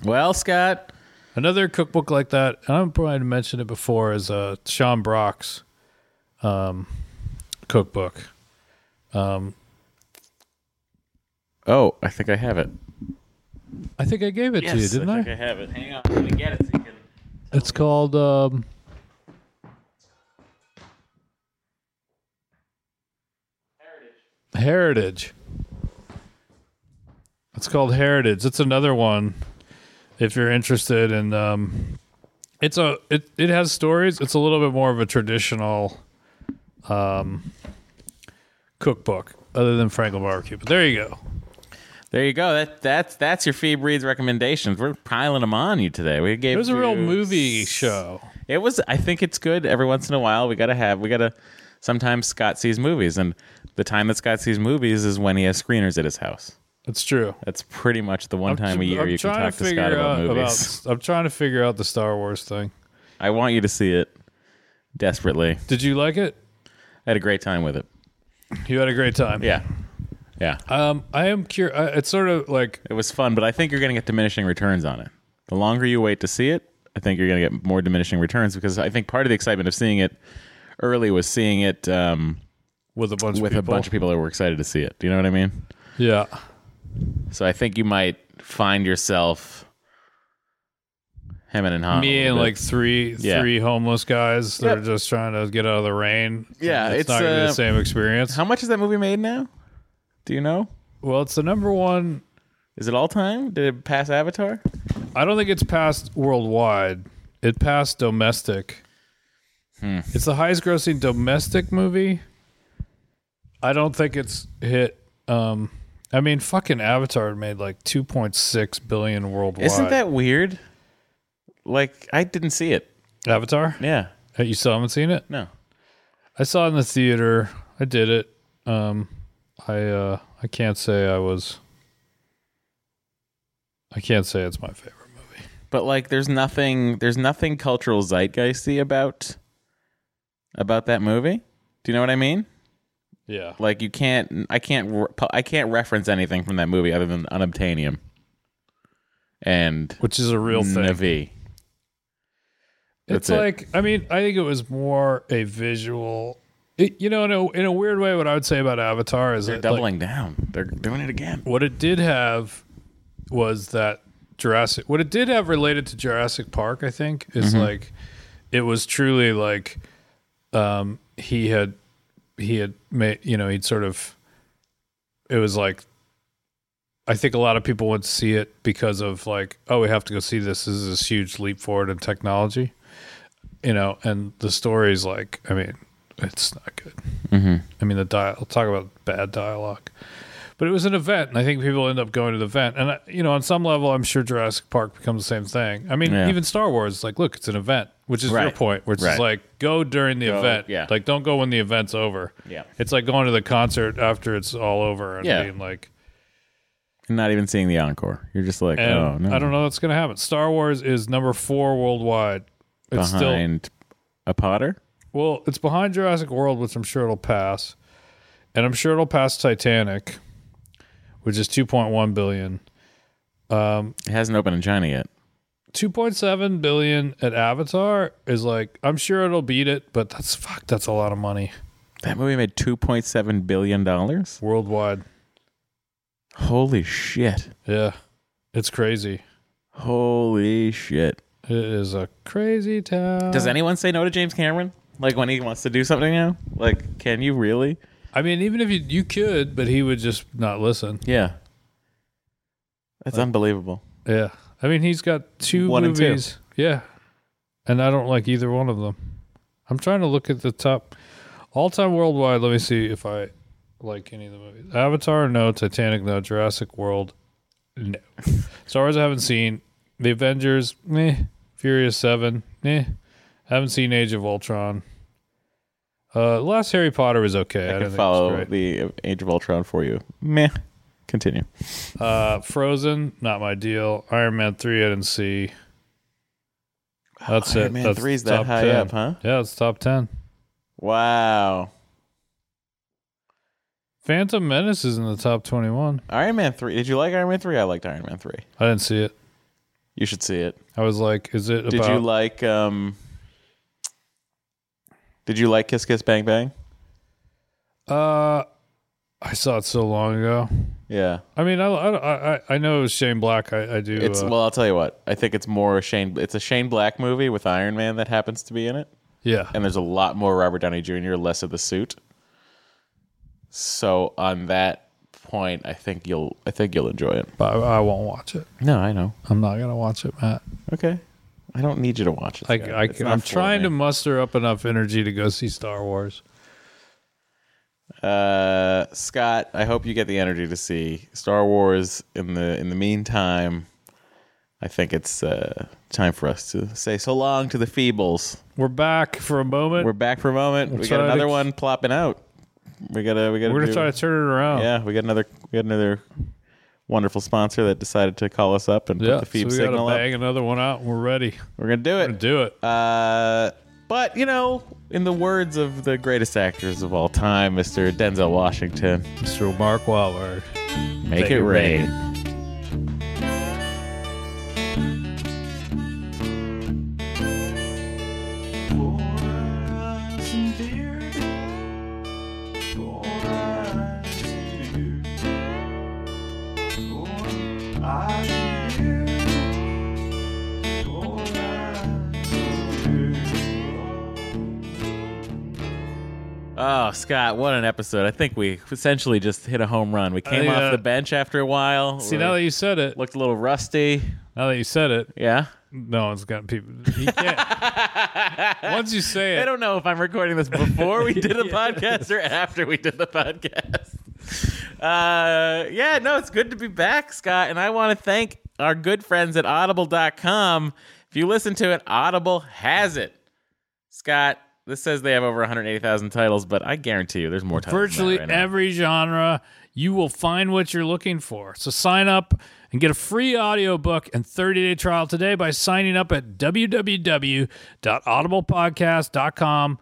Speaker 1: Well, Scott.
Speaker 2: Another cookbook like that, and I'm probably to mention it before, is uh, Sean Brock's um, cookbook. Um,
Speaker 1: Oh, I think I have it.
Speaker 2: I think I gave it to you, didn't I?
Speaker 1: think I have it. Hang on, let me get it. So you can...
Speaker 2: It's called. Um, Heritage. It's called Heritage. It's another one. If you're interested in, um, it's a it it has stories. It's a little bit more of a traditional, um, cookbook other than Franklin Barbecue. But there you go.
Speaker 1: There you go. That that's that's your Fee Breeds recommendations. We're piling them on you today. We gave
Speaker 2: It was a
Speaker 1: you-
Speaker 2: real movie show.
Speaker 1: It was. I think it's good every once in a while. We gotta have. We gotta. Sometimes Scott sees movies, and the time that Scott sees movies is when he has screeners at his house.
Speaker 2: It's true.
Speaker 1: That's pretty much the one time
Speaker 2: tr-
Speaker 1: a year you can
Speaker 2: trying
Speaker 1: talk to, Scott
Speaker 2: figure
Speaker 1: about
Speaker 2: out
Speaker 1: movies.
Speaker 2: about- I'm trying to figure out the Star Wars thing.
Speaker 1: I want you to see it desperately.
Speaker 2: Did you like it?
Speaker 1: I had a great time with it.
Speaker 2: You had a great time.
Speaker 1: Yeah, yeah.
Speaker 2: Um, I am curious. It's sort of like
Speaker 1: It was fun, but I think you're going to get diminishing returns on it. The longer you wait to see it, I think you're going to get more diminishing returns because I think part of the excitement of seeing it early was seeing it um,
Speaker 2: with a bunch
Speaker 1: with
Speaker 2: of
Speaker 1: a
Speaker 2: people.
Speaker 1: bunch of people that were excited to see it. Do you know what I mean?
Speaker 2: yeah.
Speaker 1: So I think you might find yourself hemming and hawing.
Speaker 2: Me
Speaker 1: a little
Speaker 2: and
Speaker 1: bit.
Speaker 2: like three
Speaker 1: Yeah.
Speaker 2: three homeless guys that
Speaker 1: Yep.
Speaker 2: are just trying to get out of the rain.
Speaker 1: Yeah,
Speaker 2: it's,
Speaker 1: it's,
Speaker 2: not gonna be
Speaker 1: uh,
Speaker 2: the same experience.
Speaker 1: how much is that movie made now? Do you know?
Speaker 2: well, it's the number one.
Speaker 1: Is it all time? Did it pass Avatar?
Speaker 2: I don't think it's passed worldwide. It passed domestic.
Speaker 1: Hmm.
Speaker 2: It's the highest grossing domestic movie. I don't think it's hit um, I mean, fucking Avatar made like 2.6 billion worldwide.
Speaker 1: Isn't that weird? Like I didn't see it.
Speaker 2: Avatar?
Speaker 1: Yeah.
Speaker 2: Hey, You still haven't seen it?
Speaker 1: No.
Speaker 2: I saw it in the theater. I did it. Um, I uh, I can't say I was. I can't say it's my favorite movie.
Speaker 1: But like there's nothing there's nothing cultural zeitgeisty about about that movie. Do you know what I mean?
Speaker 2: Yeah,
Speaker 1: Like you can't I can't re- I can't reference anything from that movie other than unobtainium. And
Speaker 2: which is a real thing.
Speaker 1: Navi.
Speaker 2: It's
Speaker 1: That's it.
Speaker 2: like I mean I think it was more a visual. It, you know, in a, in a weird way, what I would say about Avatar is
Speaker 1: They're
Speaker 2: that, like,
Speaker 1: doubling down. They're doing it again.
Speaker 2: what it did have was that Jurassic. What it did have related to Jurassic Park, I think, is like it was truly like um, he had he had made you know he'd sort of it was like I think a lot of people would see it because of like oh we have to go see this. This is this huge leap forward in technology, you know. And the story's like I mean it's not good. I mean the dial talk about bad dialogue but it was an event, and I think people end up going to the event. And uh, you know, on some level, I'm sure Jurassic Park becomes the same thing. I mean,
Speaker 1: Yeah.
Speaker 2: even Star Wars, like, look, it's an event, which is your
Speaker 1: Right.
Speaker 2: point, which
Speaker 1: Right.
Speaker 2: is like, go during the event,
Speaker 1: yeah.
Speaker 2: Like, don't go when the event's over.
Speaker 1: Yeah.
Speaker 2: It's like going to the concert after it's all over and
Speaker 1: Yeah.
Speaker 2: being like,
Speaker 1: Not even seeing the encore. You're just like,
Speaker 2: and
Speaker 1: oh no.
Speaker 2: I don't know what's gonna happen. Star Wars is number four worldwide. It's still
Speaker 1: Behind a Potter.
Speaker 2: Well, it's behind Jurassic World, which I'm sure it'll pass, and I'm sure it'll pass Titanic, which is 2.1 billion. Um,
Speaker 1: It hasn't opened in China yet.
Speaker 2: 2.7 billion at Avatar is like I'm sure it'll beat it, but that's fuck, that's a lot of money
Speaker 1: That movie made two point seven billion dollars.
Speaker 2: worldwide.
Speaker 1: Holy shit!
Speaker 2: Yeah. It's crazy.
Speaker 1: Holy shit!
Speaker 2: It is a crazy town.
Speaker 1: Does anyone say no to James Cameron? Like when he wants to do something now? Like, can you really?
Speaker 2: I mean, even if you you could, but he would just not listen.
Speaker 1: Yeah, that's unbelievable.
Speaker 2: Yeah. I mean, he's got two
Speaker 1: One and two.
Speaker 2: movies. Yeah. And I don't like either one of them. I'm trying to look at the top all time worldwide. Let me see if I like any of the movies. Avatar, no. Titanic, no. Jurassic World, no. Star Wars, I haven't seen. The Avengers, meh. Furious 7, meh. Haven't seen Age of Ultron. Uh, last Harry Potter was okay. I,
Speaker 1: I, can
Speaker 2: didn't think it was
Speaker 1: follow
Speaker 2: great.
Speaker 1: the Age of Ultron for you. Meh. Continue.
Speaker 2: Uh, Frozen, not my deal. Iron Man three, I didn't see. That's
Speaker 1: Iron
Speaker 2: it.
Speaker 1: Man
Speaker 2: That's
Speaker 1: 3's that
Speaker 2: top
Speaker 1: high
Speaker 2: 10.
Speaker 1: up, huh?
Speaker 2: Yeah, it's top ten.
Speaker 1: Wow.
Speaker 2: Phantom Menace is in the top twenty-one.
Speaker 1: Iron Man three. Did you like Iron Man three? I liked Iron Man three.
Speaker 2: I didn't see it.
Speaker 1: You should see it.
Speaker 2: I was like, is it
Speaker 1: Did
Speaker 2: about?
Speaker 1: you like um? Did you like Kiss Kiss Bang Bang?
Speaker 2: uh, I saw it so long ago.
Speaker 1: Yeah.
Speaker 2: I mean, I I I, I know it was Shane Black. I, I do.
Speaker 1: It's
Speaker 2: uh,
Speaker 1: well, I'll tell you what. I think it's more a Shane. It's a Shane Black movie with Iron Man that happens to be in it,
Speaker 2: yeah.
Speaker 1: and there's a lot more Robert Downey Jr. less of the suit. So on that point, I think you'll I think you'll enjoy it.
Speaker 2: But I, I won't watch it.
Speaker 1: No, I know.
Speaker 2: I'm not gonna watch it, Matt.
Speaker 1: Okay, I don't need you to watch it.
Speaker 2: I,
Speaker 1: Scott.
Speaker 2: I,
Speaker 1: It's not
Speaker 2: I'm
Speaker 1: for
Speaker 2: trying
Speaker 1: me.
Speaker 2: to muster up enough energy to go see Star Wars.
Speaker 1: Uh, Scott, I hope you get the energy to see Star Wars. In the in the meantime, I think it's uh, time for us to say so long to the feebles.
Speaker 2: We're back for a moment.
Speaker 1: We're back for a moment. we got
Speaker 2: try to-
Speaker 1: another one plopping out. We gotta we gotta
Speaker 2: We're
Speaker 1: do-
Speaker 2: gonna try to turn it around.
Speaker 1: Yeah, we got another we got another wonderful sponsor that decided to call us up and
Speaker 2: Yeah,
Speaker 1: put the feed
Speaker 2: so we
Speaker 1: signal
Speaker 2: gotta
Speaker 1: up.
Speaker 2: bang another one out. and We're ready.
Speaker 1: We're gonna do
Speaker 2: We're gonna
Speaker 1: it.
Speaker 2: do it.
Speaker 1: Uh but you know, in the words of the greatest actors of all time, Mr. Denzel Washington,
Speaker 2: Mr. Mark Wahlberg.
Speaker 1: make, it rain. Oh, Scott, what an episode. I think we essentially just hit a home run. We came
Speaker 2: think
Speaker 1: off
Speaker 2: that-
Speaker 1: the bench after a while.
Speaker 2: See,
Speaker 1: We
Speaker 2: now that you said it,
Speaker 1: looked a little rusty.
Speaker 2: now that you said it,
Speaker 1: Yeah.
Speaker 2: no one's got people. You can't. Once you say
Speaker 1: I
Speaker 2: it,
Speaker 1: don't know if I'm recording this before we did the podcast or after we did the podcast. Uh, yeah, no, it's good to be back, Scott. And I want to thank our good friends at audible.com. If you listen to it, Audible has it. Scott, this says they have over 180,000 titles, but I guarantee you there's more titles. than that
Speaker 2: virtually
Speaker 1: right now.
Speaker 2: every genre you will find what you're looking for so sign up and get a free audiobook and 30-day trial today by signing up at www.audiblepodcast.com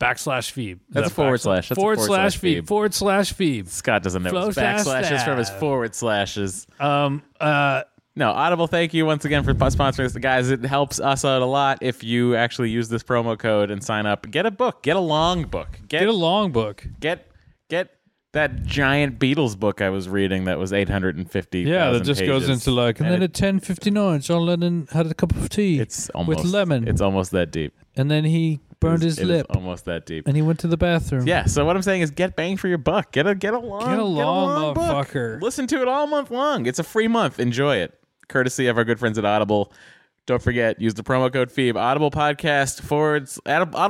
Speaker 2: backslash feed
Speaker 1: That's a forward slash. That's a
Speaker 2: forward
Speaker 1: forward
Speaker 2: slash
Speaker 1: slash
Speaker 2: feed
Speaker 1: feed.
Speaker 2: forward slash feed
Speaker 1: Scott doesn't know his
Speaker 2: Flow fast
Speaker 1: backslashes from his
Speaker 2: fast.
Speaker 1: forward slashes.
Speaker 2: um uh
Speaker 1: No, Audible, thank you once again for sponsoring us. Guys, it helps us out a lot if you actually use this promo code and sign up. Get a book. Get a long book. Get
Speaker 2: get a long book
Speaker 1: get get that giant Beatles book I was reading that was 850
Speaker 2: yeah that just goes into like and, then
Speaker 1: it-
Speaker 2: at 10.59 john lennon had a cup of tea
Speaker 1: it's almost
Speaker 2: with lemon
Speaker 1: It's almost that deep.
Speaker 2: and then he burned
Speaker 1: It's-
Speaker 2: his
Speaker 1: it is
Speaker 2: lip
Speaker 1: almost that deep.
Speaker 2: and he went to the bathroom
Speaker 1: Yeah, so what I'm saying is get bang for your buck. Get a get a long
Speaker 2: Get a long
Speaker 1: book.
Speaker 2: motherfucker.
Speaker 1: Listen to it all month long. It's a free month. Enjoy it. Courtesy of our good friends at Audible. Don't forget, use the promo code Phoebe. Audible Podcast forwards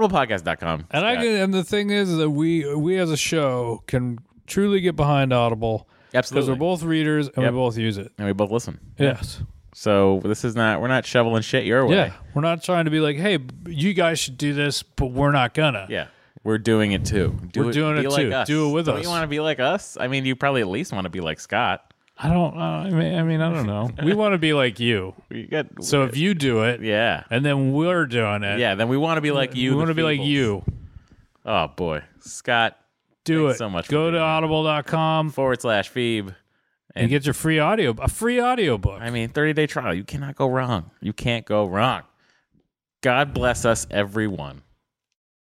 Speaker 1: audiblepodcast.com.
Speaker 2: And I can, and the thing is that we we as a show can truly get behind Audible because
Speaker 1: Absolutely.
Speaker 2: we're both readers and
Speaker 1: Yep.
Speaker 2: we both use it.
Speaker 1: and we both listen.
Speaker 2: Yes.
Speaker 1: So this is not we're not shoveling shit your way.
Speaker 2: Yeah. We're not trying to be like, hey, b- you guys should do this, but we're not gonna.
Speaker 1: Yeah. We're doing it too. Do
Speaker 2: We're doing
Speaker 1: be
Speaker 2: it
Speaker 1: like
Speaker 2: too.
Speaker 1: us.
Speaker 2: Do it with
Speaker 1: Don't
Speaker 2: us.
Speaker 1: You want to be like us? I mean, you probably at least want to be like Scott.
Speaker 2: I don't. Uh, I mean, I mean, I don't know. we want to be like you.
Speaker 1: You got,
Speaker 2: So if you do it,
Speaker 1: yeah,
Speaker 2: and then we're doing it,
Speaker 1: yeah. Then we want to be like you.
Speaker 2: we
Speaker 1: the
Speaker 2: want to be like
Speaker 1: Feebles.
Speaker 2: you.
Speaker 1: Oh boy, Scott
Speaker 2: Do
Speaker 1: Thanks
Speaker 2: it.
Speaker 1: so much for
Speaker 2: Go to
Speaker 1: being here.
Speaker 2: audible.com
Speaker 1: forward slash Phoebe.
Speaker 2: and get your free audio, a free audio book.
Speaker 1: I mean, 30 day trial. You cannot go wrong. You can't go wrong. God bless us, everyone.